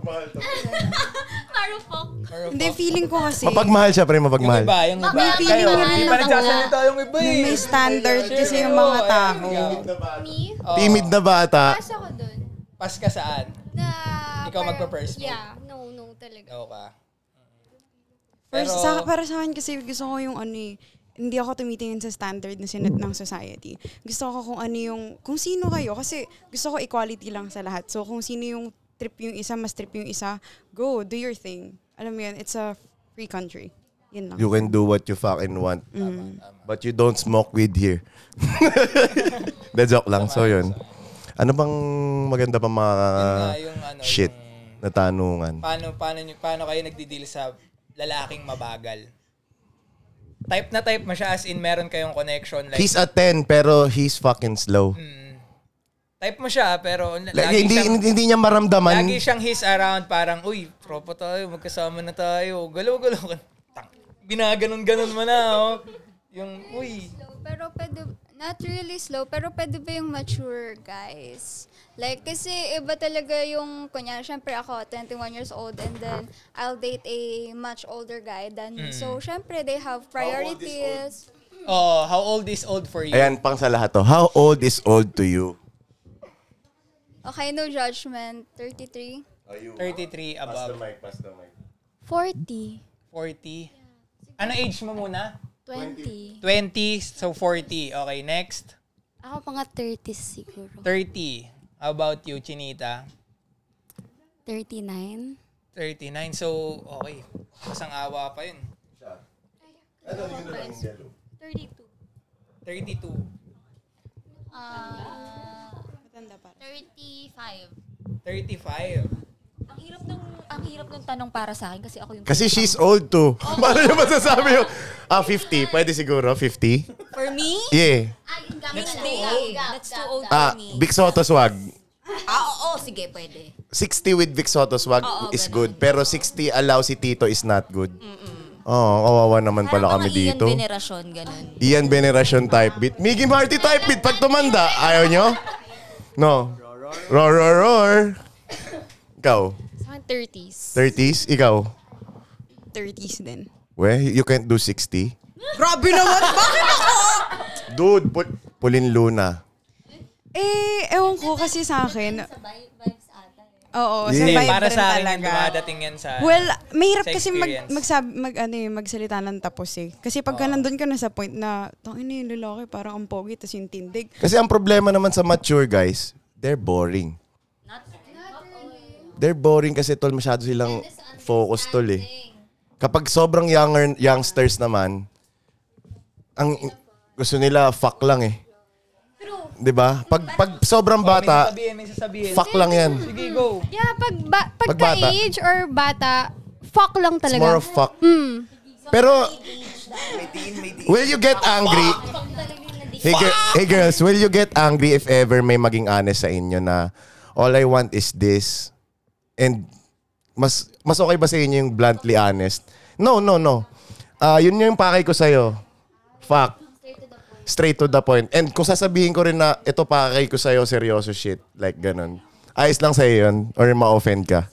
H: Hindi, feeling ko kasi
B: Mapagmahal siya, pre,
A: Yung
B: mapagmahal.
A: iba, yung iba.
H: May feeling
A: Kayo,
H: na ano
A: hindi pa
H: ako.
A: nagsasalita yung iba
H: na
A: eh.
H: may standard
A: Sure,
H: kasi yung
A: oo,
H: mga
A: ayun,
H: tao.
A: ikaw.
K: Me?
A: Oo.
B: Timid na bata.
A: Oh.
K: Pas ako dun.
A: Pas ka saan?
K: Na,
A: Ikaw magpa-first move.
K: Yeah, no, no talaga.
A: Oo ka.
H: First,
A: Pero-
H: sa, para sa akin kasi gusto ko yung ano eh, hindi ako tumitingin sa standard na sinet ng society. Gusto ko kung ano yung, kung sino kayo. Kasi gusto ko equality lang sa lahat. So kung sino yung trip yung isa, mas trip yung isa, go, do your thing. Alam mo yun, it's a free country. Yun lang.
B: You can do what you fucking want.
D: Mm.
B: But you don't smoke weed here. De joke lang. So yun. Ano bang maganda pa mga
A: Yun nga, yung ano,
B: shit
A: yung-
B: na tanungan?
A: Paano, paano, nyo- paano kayo nagdi-deal sa lalaking mabagal? Type na type mo siya as in meron kayong connection. Like,
B: He's a 10 pero he's fucking slow.
A: type mo siya pero l-
B: Like,
A: lagi
B: hindi,
A: siyang,
B: hindi, hindi niya maramdaman.
A: lagi siyang his around parang, uy, tropa tayo, magkasama na tayo. Galaw-galaw. Tang- Ginaganon-ganon mo na, oh. Yung, uy.
K: Slow, pero pwede, not really slow, pero pwede ba yung mature, guys? Like, kasi iba talaga yung, kunyari, syempre ako, 21 years old, and then I'll date a much older guy than me. So, syempre, they have priorities.
A: Oh, how old is old for you?
B: Ayan, pang sa lahat to. How old is old to you?
K: Okay, no judgment. 33.
A: 33 above.
B: mic, pass the mic.
I: 40,
A: 40. Ano age mo muna?
I: 20.
A: 20, so 40. Okay, next.
I: Ako mga 30 siguro.
A: 30. How about you, Chinita?
I: 39.
A: 39. So, okay. Pasang awa pa yun.
K: 32.
A: 32.
D: Ah,
H: Matanda pa.
D: 35.
A: 35.
D: Ang hirap nung ang hirap nung tanong para sa akin kasi ako yung
B: Kasi she's old too. Paano niya masasabi yung... Ah, 50. Pwede siguro, 50?
D: for me,
B: Yeah.
D: that's too old. That's too old
B: Ah,
D: for me.
B: Vic Soto swag.
D: Ah, oo, sige, pwede.
B: 60 with Vic Soto swag
D: Oo,
B: is
D: ganun.
B: good. Pero 60 allow si Tito is not good. Oo, oh, kawawa naman pala
D: Parang
B: kami
D: mga Ian
B: dito.
D: Veneration, ganun.
B: Ian Veneration type beat. Miggy Marty type beat. Pag tumanda, ayaw nyo? No. Roar, roar, roar. Ikaw,
L: Sa akin, 30s.
B: 30s? Ikaw?
H: 30s din.
B: Weh, you can't do 60.
H: Grabe naman! Bakit ako?
B: Dude, put Pulin Luna.
H: Eh, ewan ko kasi sa akin.
D: Vibes ata.
H: Oo, sa
B: Yeah.
H: vibe
A: eh. Para
H: rin
A: sa akin, yung
H: talaga.
A: dumadating yan sa...
H: Well, mahirap
A: Sa
H: kasi mag,
A: experience.
H: magsab, mag, ano, eh, magsalita ng tapos eh. Kasi pagka nandun ka na sa point na, tangin na yung lalaki, parang ang pogi, tas yung tindig.
B: Kasi ang problema naman sa mature guys, they're boring. They're boring kasi tol, masyado silang focus tol eh. Kapag sobrang younger, youngsters naman, ang gusto nila fuck lang eh. 'Di ba? Pag pag sobrang
A: May
B: bata,
A: sasabihin, may sasabihin.
B: fuck lang 'yan.
A: Sige, go.
J: Yeah, pag ba-
B: Pag bata.
J: pagka-age or bata, fuck lang
B: It's more
J: talaga.
B: of fuck. Pero Will you get angry? Hey, gi- hey girls, will you get angry if ever may maging honest sa inyo na all I want is this and mas mas okay ba sa inyo yung bluntly honest? No, no, no. Ah, yun yung pakay ko sa'yo. Fuck. Straight to the point. And kung sasabihin ko rin na ito pakay ko sa'yo, seryoso shit. Like ganun. Ayos lang sa'yo yun or ma-offend ka.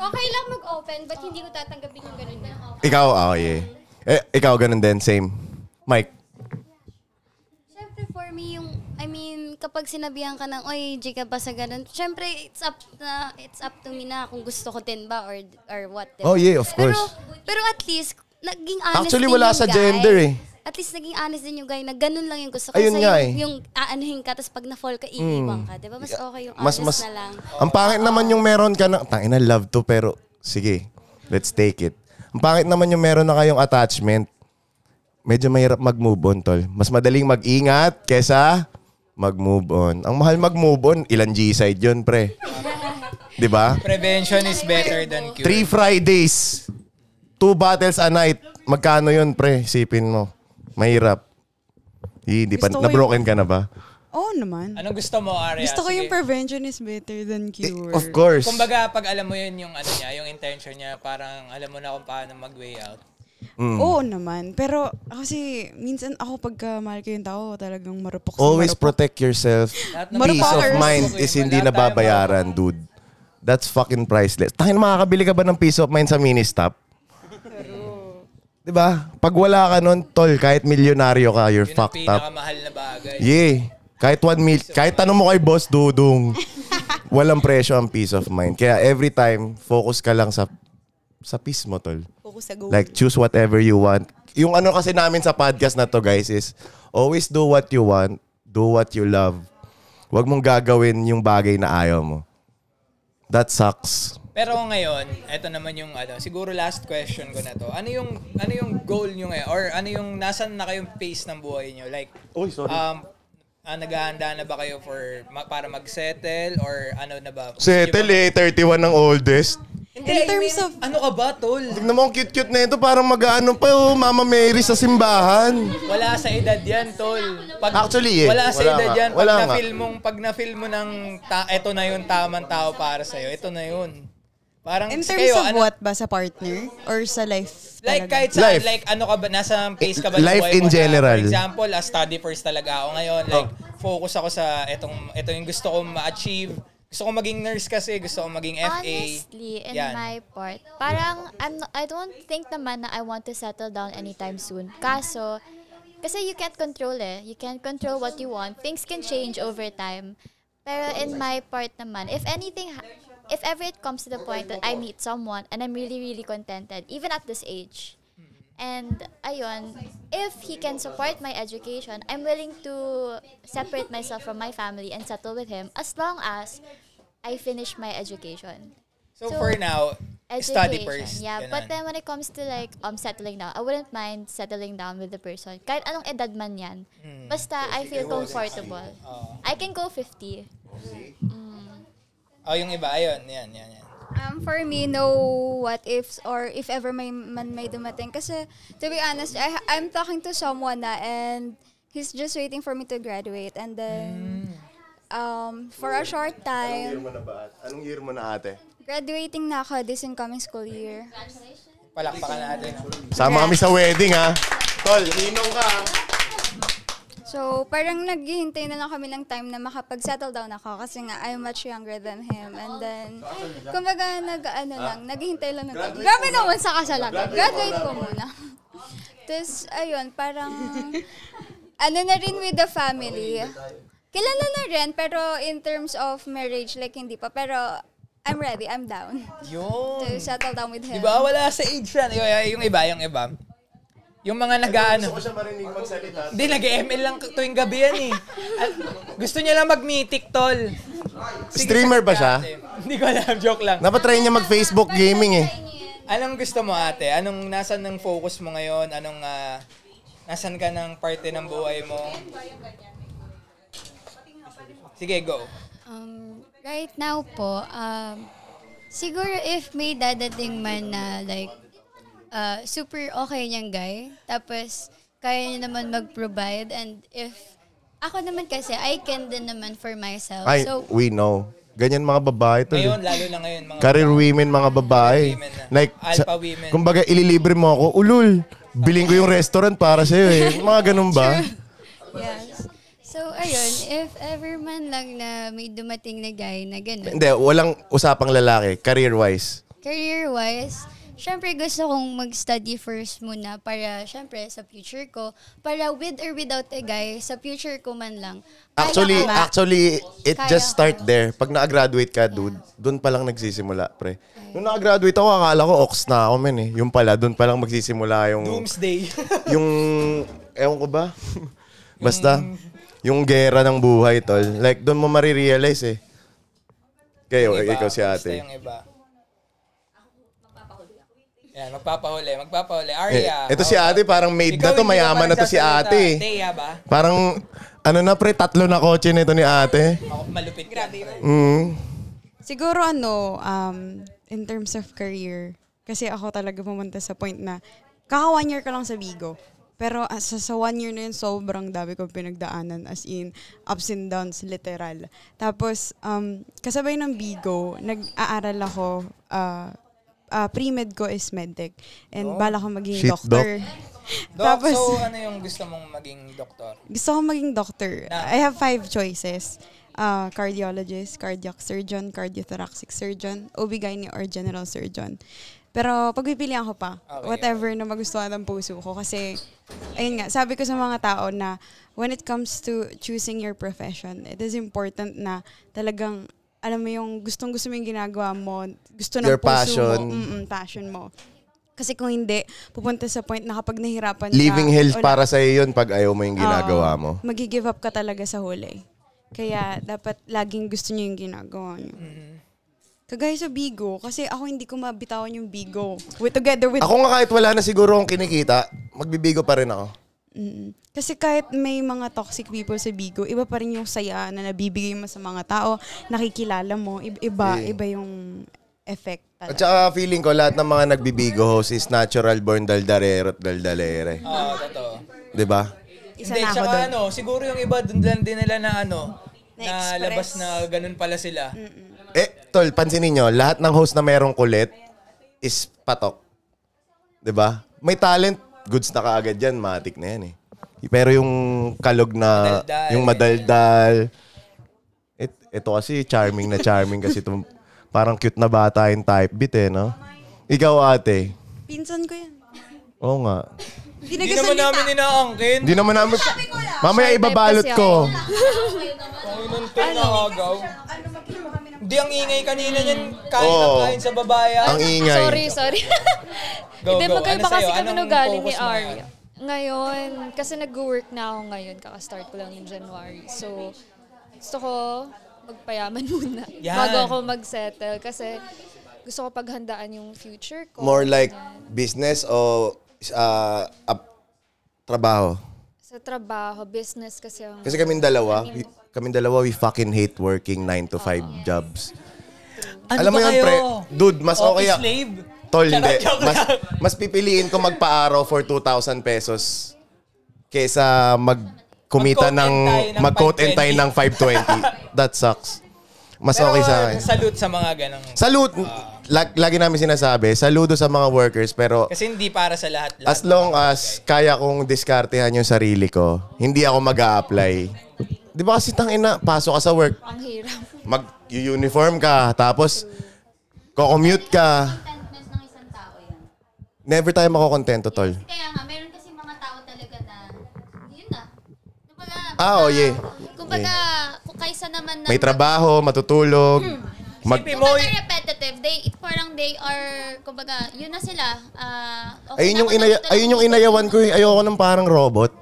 J: Okay lang mag-open, but hindi ko tatanggapin yung ganun.
B: Ikaw, ah, yeah. Eh, ikaw, ganun din. Same. Mike.
J: Siyempre for me yung, I mean, kapag sinabihan ka ng, oy, G ka ba sa ganun? Siyempre, it's up na, it's up to me na kung gusto ko din ba or or what. diba? di ba?
B: Oh, yeah, of course.
J: Pero, pero at least, naging honest
B: Actually,
J: din
B: wala
J: yung
B: sa
J: guy.
B: gender eh.
J: At least naging honest din yung guy na ganun lang yung gusto ko.
B: Ayun
J: Kaysa
B: nga
J: yung,
B: eh. Hmm.
J: yung aanuhin ka, tapos pag na-fall ka, iiwan ka. Di ba? Mas okay yung honest na lang.
B: Ang pangit naman yung meron ka na, tangina, love to, pero sige, let's take it. Ang pangit naman yung meron na kayong attachment. Medyo mahirap mag-move on, tol. Mas madaling mag-ingat kesa mag-move on. Ang mahal mag-move on, ilan G-side yun, pre. Di ba?
A: Prevention is better than cure.
B: Three Fridays, two battles a night. Magkano yun, pre? Isipin mo. Mahirap. Hindi pa,
H: Gusto ko yung-
B: na-broken ka na ba?
H: Oo naman.
A: Anong gusto mo, Aria?
H: Gusto ko
A: Ano Sige.
H: yung prevention is better than
B: Eh,
H: cure.
B: of course.
A: Kumbaga, pag alam mo yun, yung ano niya, yung intention niya, parang alam mo na kung paano mag-way out.
B: Mm.
H: Oo naman. Pero ako kasi, minsan ako pagka mahal ko yung tao, talagang marupok sa
B: Always
H: marupok.
B: protect yourself.
A: Lahat ng
B: Peace of
H: Motherfuckers.
B: mind is hindi nababayaran, dude. That's fucking priceless. Tangin, makakabili ka ba ng peace of mind sa mini-stop? Di ba? Pag wala ka nun, tol, kahit milyonaryo ka, you're
A: Yun ang
B: fucked up.
A: pinakamahal na bagay.
B: Yeah. Kahit one mil, kahit tanong mo kay boss Dudung, walang presyo ang peace of mind. Kaya every time, focus ka lang sa sa peace mo, tol.
H: Focus sa goal.
B: Like, choose whatever you want. Yung ano kasi namin sa podcast na to, guys, is always do what you want, do what you love. Huwag mong gagawin yung bagay na ayaw mo. That sucks.
A: Pero ngayon, eto naman yung ano, siguro last question ko na to. Ano yung ano yung goal niyo ngayon or ano yung nasaan na kayong pace ng buhay niyo? Like
B: Uy, sorry.
A: um ah, naghahanda na ba kayo for ma- para mag-settle or ano na ba?
B: Settle
A: Gusto niyo
B: eh, 31 ng oldest.
A: ba-
H: In
A: Hindi, I
H: terms
A: mean,
H: of-
A: ano ka ba, tol?
B: Tignan mo, ang cute-cute na ito. Parang mag-ano pa, oh, Mama Mary sa simbahan.
A: Wala sa edad yan, tol. Pag,
B: Actually, eh,
A: Wala sa
B: wala
A: edad
B: nga,
A: yan. Pag
B: wala nga.
A: na-feel mong, pag na-feel mo ng, ta- eto na yung tamang tao para sa'yo. Ito na yun. Parang
H: In
A: sa
H: terms
A: kayo,
H: of
A: ano-
H: what ba? Sa partner? Or sa life?
A: Like
H: talaga?
A: kahit saan,
B: Life.
A: like ano ka ba, nasa pace ka ba? ng
B: Life
A: buhay
B: in
A: mo na,
B: general. Oh.
A: for example, ah, study first talaga ako ngayon. Like, focus ako sa etong, eto yung gusto kong ma-achieve. Gusto ko maging nurse kasi, gusto ko maging FA.
C: Honestly, in
A: Yan.
C: my part, parang I'm no- I don't think naman na I want to settle down anytime soon. Kaso, kasi you can't control eh. You can't control what you want. Things can change over time. Pero in my part naman, if anything, ha- if ever it comes to the point that I meet someone and I'm really, really contented, even at this age, And ayun, if he can support my education, I'm willing to separate myself from my family and settle with him as long as I finish my education.
A: So,
C: So,
A: for now,
C: Education,
A: study first.
C: yeah.
A: ganun.
C: But then when it comes to like um settling down, I wouldn't mind settling down with the person. Kahit anong edad man yan.
A: Hmm.
C: Basta I feel comfortable. I can go 50.
A: oh, yung iba, ayun, yan, yan, yan.
K: Um, for me, no what ifs or if ever may man may dumating. Kasi, to be honest, I, I'm talking to someone na and he's just waiting for me to graduate. And then, um, for a short time,
B: mo na ba? Anong year mo na ate?
K: graduating na ako this incoming school year.
A: Palakpakan natin.
B: Sama kami sa wedding ha. Tol, ninong ka. ha?
K: So, parang naghihintay na lang kami ng time na makapag-settle down ako kasi nga I'm much younger than him. And then, kumbaga, nag, ano lang, naghihintay lang ng time. Grabe naman sa kasalanan. Graduate ko muna. Tapos, ayun, parang, ano na rin with the family. Kilala na rin, pero in terms of marriage, like hindi pa. Pero, I'm ready, I'm down
A: Yun.
K: to settle down with
A: Di
K: him.
A: ba? Wala sa age yan. Yung- Yung iba, yung iba. Yung mga nag-ano.
B: siya marinig magsalita.
A: Hindi, nag-ML lang tuwing gabi yan eh. At gusto niya lang mag-meeting, tol.
B: Streamer ba siya?
A: Hindi ko alam, joke lang.
B: Napatry niya mag-Facebook gaming eh.
A: Anong gusto mo ate? Anong nasan ng focus mo ngayon? Anong ah, nasan ka ng parte ng buhay mo? Sige, go.
I: Um, right now po, um, siguro if may dadating man na like uh, super okay niyang guy, tapos kaya niya naman mag-provide and if ako naman kasi, I can din naman for myself.
B: Ay,
I: so,
B: we know. Ganyan mga babae tol. eh.
A: Ngayon, lalo na ngayon, mga
B: Career women, mga babae.
A: women na.
B: Like,
A: Alpha
B: sa-
A: women.
B: kumbaga, ililibre mo ako, ulul, biling ko yung restaurant para sa'yo eh. Mga ganun ba?
I: yes. So, ayun, if ever man lang na may dumating na guy na ganun,
B: Hindi, walang usapang lalaki, career-wise.
I: career-wise, syempre gusto kong mag-study first muna para syempre sa future ko, para with or without a guy, sa future ko man lang. kaya
B: Actually,
I: ko ba?
B: actually, it
I: Kaya
B: just
I: ko.
B: start there. Pag na-graduate ka, dude, doon pa lang nagsisimula, pre. Nung na-graduate ako, akala ko, ox na ako, men eh. Yung pala, doon pa lang magsisimula yung...
A: doomsday.
B: yung ewan ko ba? Basta yung gera ng buhay tol. Like doon mo marirealize eh. Kayo,
A: Yung iba,
B: ikaw si
A: basta
B: ate.
A: Yung iba. Yan, magpapahuli.
B: Eh,
A: Magpapahuli. Arya. Oh,
B: ito si ate parang made na
A: Ikaw,
B: to,
A: hindi ka
B: mayaman
A: pa
B: na to si
A: nagsasalita.
B: ate. eh.
A: Teya ba?
B: Parang ano na pre, tatlo na kotse nito ni ate.
A: Ako, malupit. Grabe yun.
B: Mm.
H: Siguro ano, um, in terms of career, kasi ako talaga pumunta sa point na kaka one year ka lang sa Bigo. Pero as- sa, sa one year na yun, sobrang dami kong pinagdaanan. As in, ups and downs, literal. Tapos, um, kasabay ng Bigo, nag-aaral ako ah, ah, pre-med ko is medtech. And
A: Oh.
H: bala ko maging
B: Shit,
H: doctor.
A: Doc, so ano yung gusto mong maging doktor?
H: gusto ko maging doctor. I have five choices. Uh, cardiologist, cardiac surgeon, cardiothoracic surgeon, OB-GYN or general surgeon. Pero pagpipilian ko pa, whatever na magustuhan ng puso ko. Kasi, ayun nga, sabi ko sa mga tao na when it comes to choosing your profession, it is important na talagang alam mo yung gustong gusto mo yung ginagawa mo, gusto ng
B: Your
H: puso
B: passion.
H: mo, mm passion mo. Kasi kung hindi, pupunta sa point na kapag nahirapan
B: Living
H: ka,
B: hills
H: wala-
B: para sa'yo yun pag ayaw mo yung ginagawa mo.
H: Magi-give up ka talaga sa huli. Kaya dapat laging gusto niyo yung ginagawa niyo.
A: Mm-hmm.
H: Kagaya sa Bigo, kasi ako hindi ko mabitawan yung Bigo. With, together with...
B: Ako nga kahit wala na siguro akong kinikita, magbibigo pa rin ako.
H: Mm. Kasi kahit may mga toxic people sa Bigo, iba pa rin yung saya na nabibigay mo sa mga tao, nakikilala mo, i- iba,
B: Yeah.
H: iba yung effect talaga.
B: At saka feeling ko lahat ng mga nagbibigo host is natural born daldarero at daldalere.
A: Oo, oh, totoo.
B: 'Di ba?
H: Isa
A: Hindi,
H: na ako
A: tsaka
H: doon.
A: ano, siguro yung iba, doon lang din nila na ano, na,
H: Na-express. Mm.
A: labas na ganun pala sila.
B: Eh, tol, pansinin nyo, lahat ng host na merong kulit is patok. 'Di ba? May talent, goods na kaagad yan, matik na yan eh. Pero yung kalog na,
A: Madaldal.
B: yung madaldal, it, ito kasi charming na charming kasi itong parang cute na bata yung type bit eh, no? Ikaw ate,
H: Pinsan ko yan.
B: oo nga.
A: Hindi naman namin inaangkin.
B: Hindi naman namin, mamaya ibabalot ko.
A: Ang
H: Ano?
A: na agaw. Hindi, ang ingay kanina niyan. Kain
B: Mm. Oo.
A: na kain sa babae. ah.
B: Ang ingay.
E: Sorry, sorry.
A: Go,
E: Hindi,
A: go.
E: magkaiba
A: Ano
E: kasi
A: sa'yo?
E: kami
A: Anong
E: nugali ni
A: focus mo ngayon?
E: Aria. Ngayon, kasi nag-work na ako ngayon, kakastart ko lang in January. So, gusto ko magpayaman muna
A: Yan.
E: bago ako mag-settle kasi gusto ko paghandaan yung future ko.
B: More like
E: Ganyan.
B: business o ah, ap- trabaho?
E: Sa trabaho, business kasi ang...
B: Kasi kaming dalawa, we- kaming dalawa, we fucking hate working 9 to
A: Oh,
B: 5 jobs.
A: Ano
B: Alam
A: ba
B: mo yun,
A: kayo?
B: pre? Dude, mas okay.
A: Office
B: ah-
A: slave?
B: Tol,
A: Charot,
B: hindi.
A: joke
B: Mas,
A: lang.
B: mas pipiliin ko magpa-araw for 2,000 pesos kesa mag kumita
A: Mag-coat and
B: ng
A: tie ng
B: mag-coat and tie
A: 520.
B: ng 520. That sucks. Mas
A: Pero, Ah.
B: okay sa akin.
A: Salute sa mga ganang.
B: Salute. Lag- lagi namin sinasabi, saludo sa mga workers pero
A: Kasi hindi para sa lahat. lahat.
B: As long as kaya kong diskartehan yung sarili ko, hindi ako mag apply Di ba kasi tangina, pasok ka sa work,
E: Ang hirap.
B: mag-uniform ka, tapos kocommute ka.
F: Contentment ng isang tao yan.
B: Never tayo makokontento, tol.
F: Kaya nga, meron kasi mga tao talaga na, yun na. Kumbaga,
B: Ah, oh, yeah.
F: kumbaga kung kaysa naman na...
B: May trabaho, matutulog, mag...
A: Isipin mo,
F: Kumbaga repetitive. They, parang they are, kumbaga, yun na sila. Ah, okay
B: Ayun
F: na
B: yung,
F: ako
B: inaya-
F: nandito
B: ayun yung
F: lang.
B: inayawan ko. eh. Ayoko ng parang robot.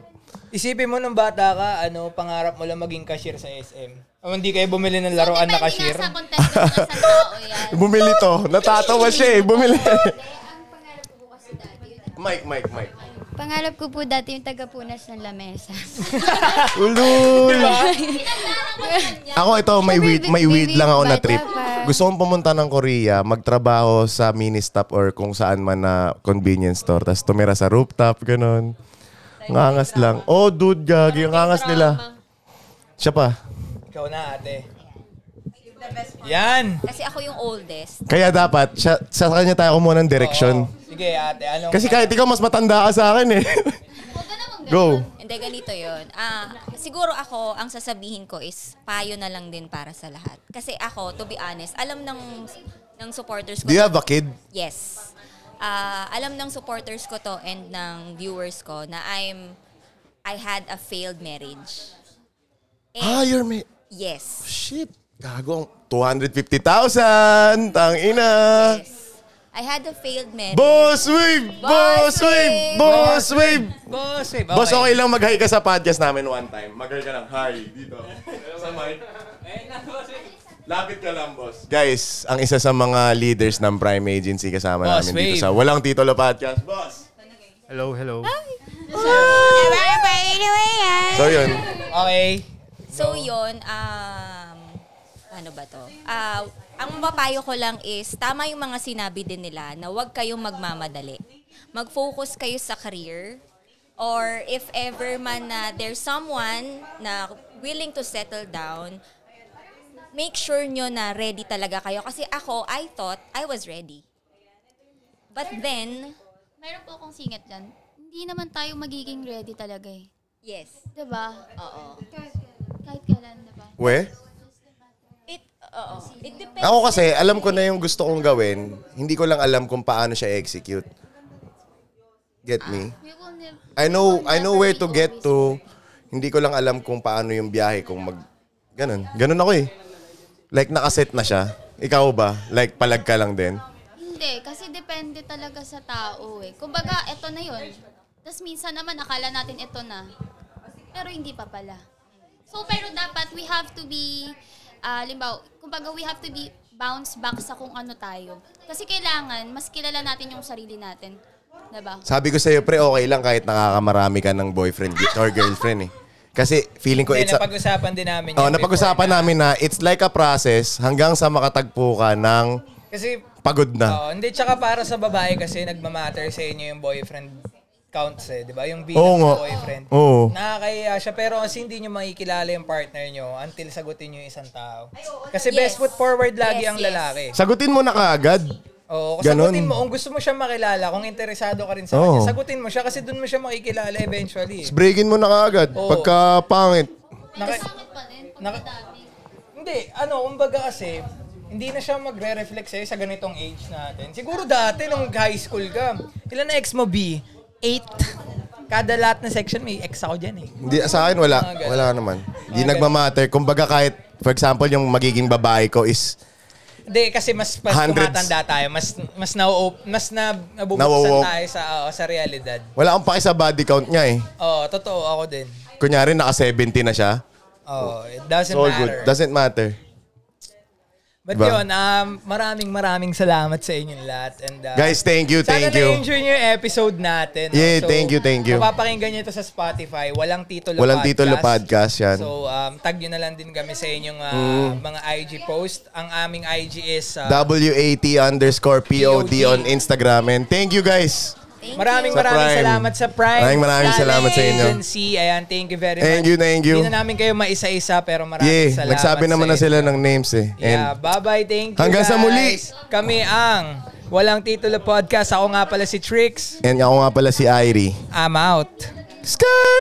A: isipin mo nung bata ka, ano, pangarap mo lang maging cashier sa SM. O hindi kayo bumili ng laruan na
F: Depende
A: cashier.
F: nga sa context ng isang tao yan.
B: Bumili to. Natatawa siya eh. Bumili. Mike, Mike, Mike.
I: Pangarap ko po dati yung tagapunas ng lamesa. Diba?
B: Ulul!
F: Pinagdaanan ko
B: Ako ito, may
I: Siyempre,
B: weird, may
I: baby,
B: weird lang ako na
I: bata
B: trip.
I: pa.
B: Gusto kong pumunta ng Korea, magtrabaho sa mini stop or kung saan man na convenience store. Tapos tumira sa rooftop, ganun. Ang angas lang. Oh, dude, gagi. Ang angas nila. Siya pa.
A: Ikaw na, ate. Yan!
D: Kasi ako yung oldest.
B: Kaya dapat, siya, sa kanya tayo kumuha ng direction.
A: Oo. Sige, ate. Ano?
B: Kasi kahit ikaw, mas matanda ka sa akin eh. Go.
D: Hindi, ganito yon. Ah, siguro ako, ang sasabihin ko is, payo na lang din para sa lahat. Kasi ako, to be honest, alam ng, ng supporters ko.
B: Do you have a kid?
D: Yes. Ah, alam ng supporters ko to and ng viewers ko na I'm, I had a failed marriage.
B: Ah, you're me.
D: Yes.
B: Shit. Gago. 250,000. Tang ina.
D: Yes. I had a failed marriage.
B: Boss wave! Boss wave! Boss wave!
A: Boss, babe.
B: Boss, okay lang mag-hi ka sa podcast namin one time. Mag-hi ka lang. Hi, dito. sa mic. Lapit ka lang, boss. Guys, ang isa sa mga leaders ng Prime Agency kasama
A: Boss,
B: namin
A: wait.
B: dito sa Walang Titulo Podcast. Boss!
M: Hello, hello.
B: So yun.
A: Okay.
D: So yun, um, ano ba to? Ah, ang mapapayo ko lang is, tama yung mga sinabi din nila na huwag kayong magmamadali. Mag-focus kayo sa career or if ever man na there's someone na willing to settle down, make sure nyo na ready talaga kayo. Kasi ako, I thought I was ready. But then,
F: Meron po akong singit dyan. Hindi naman tayo magiging ready talaga eh.
D: Yes.
F: Diba?
D: Oo.
F: Kahit kailan, diba?
B: We?
D: It, oo. It depends.
B: Ako kasi, alam ko na yung gusto kong gawin. Hindi ko lang alam kung paano siya execute. Get me?
F: We will never...
B: I know, I know where to get to. Hindi ko lang alam kung paano yung biyahe kung mag... Ganun. Ganun ako eh. Like, nakaset na siya. Ikaw ba? Like, palag ka lang din.
F: Hindi, kasi depende talaga sa tao eh. Kumbaga, eto na yun. Tapos minsan naman, akala natin eto na. Pero hindi pa pala. So, pero dapat we have to be, ah, limbaw, kumbaga we have to be bounce back sa kung ano tayo. Kasi kailangan, mas kilala natin yung sarili natin. Diba?
B: Sabi ko sa'yo, pre, okay lang kahit nakakamarami ka ng boyfriend or girlfriend eh. Kasi feeling ko
A: Hindi,
B: it's a...
A: napag-usapan din namin
B: Oh, napag-usapan namin na it's like a process hanggang sa makatagpo ka ng
A: Kasi,
B: pagod na.
A: oh, hindi, tsaka para sa babae kasi nagmamatter sa inyo yung boyfriend counts eh, di ba? Yung bilang
B: Oo nga.
A: ng boyfriend.
B: Oo.
A: Nakakahiya siya, pero kasi hindi nyo makikilala yung partner nyo until sagutin nyo yung isang tao. Kasi
D: Yes.
A: best foot forward lagi
D: Yes,
A: ang
D: yes.
A: lalaki.
B: Sagutin mo na kaagad.
A: Oo, kung
B: Ganon.
A: sagutin mo, kung gusto mo siya makilala, kung interesado ka rin sa
B: Oo.
A: kanya, sagutin mo siya kasi doon mo siya makikilala eventually. eh.
B: Breakin mo na kaagad.
A: Oo.
B: Pagka pangit.
A: Naka- naka- hindi, ano, kumbaga kasi, hindi na siya magre-reflect sa'yo sa ganitong age natin. Siguro dati, nung high school ka, ilan na ex mo, B? Eight. Kada lahat na section, may ex ako dyan eh.
B: Hindi, sa akin wala.
A: Mga ganun.
B: Wala naman. Hindi nagmamatter. Kumbaga kahit, for example, yung magiging babae ko is
A: Hindi, kasi mas, mas
B: Hundreds.
A: tumatanda tayo, mas, mas, na, mas na, nabubuksan
B: Nawo-woke.
A: tayo sa, oo, sa realidad.
B: wala akong paki sa body count niya eh.
A: Oo, totoo, ako din.
B: Kunyari, naka-70 na siya.
A: Oo, it
B: It's
A: doesn't
B: all good.
A: matter.
B: Doesn't matter.
A: But
B: Diba?
A: yun, um, maraming maraming salamat sa inyong lahat. And, uh,
B: Guys, thank you, thank
A: sana
B: you.
A: na-enjoy nyo yung episode natin. no?
B: Yeah, thank you, thank you.
A: Mapapakinggan nyo ito sa Spotify. Walang titulo
B: Walang
A: podcast.
B: titulo podcast yan. Mm.
A: So, um, tag nyo na lang din kami sa inyong uh, mga IG post. Ang aming IG is... uh,
B: WAT underscore POD on Instagram. And thank you guys.
A: maraming
B: Sa
A: maraming
B: Prime.
A: salamat sa Prime.
B: Maraming maraming salamat sa inyo.
A: Agency. Ayan, thank you very
B: Thank
A: much.
B: you, thank you.
A: Hindi na namin kayo maisa-isa pero maraming
B: Yeah,
A: salamat
B: nagsabi naman
A: sa
B: na
A: inyo.
B: sila ng names eh. And
A: yeah, bye-bye. Thank you
B: Hanggang
A: guys.
B: sa muli.
A: Kami ang Walang Titulo Podcast. Ako nga pala si Trix.
B: And ako nga pala si Irie.
A: I'm out.
B: Skirt!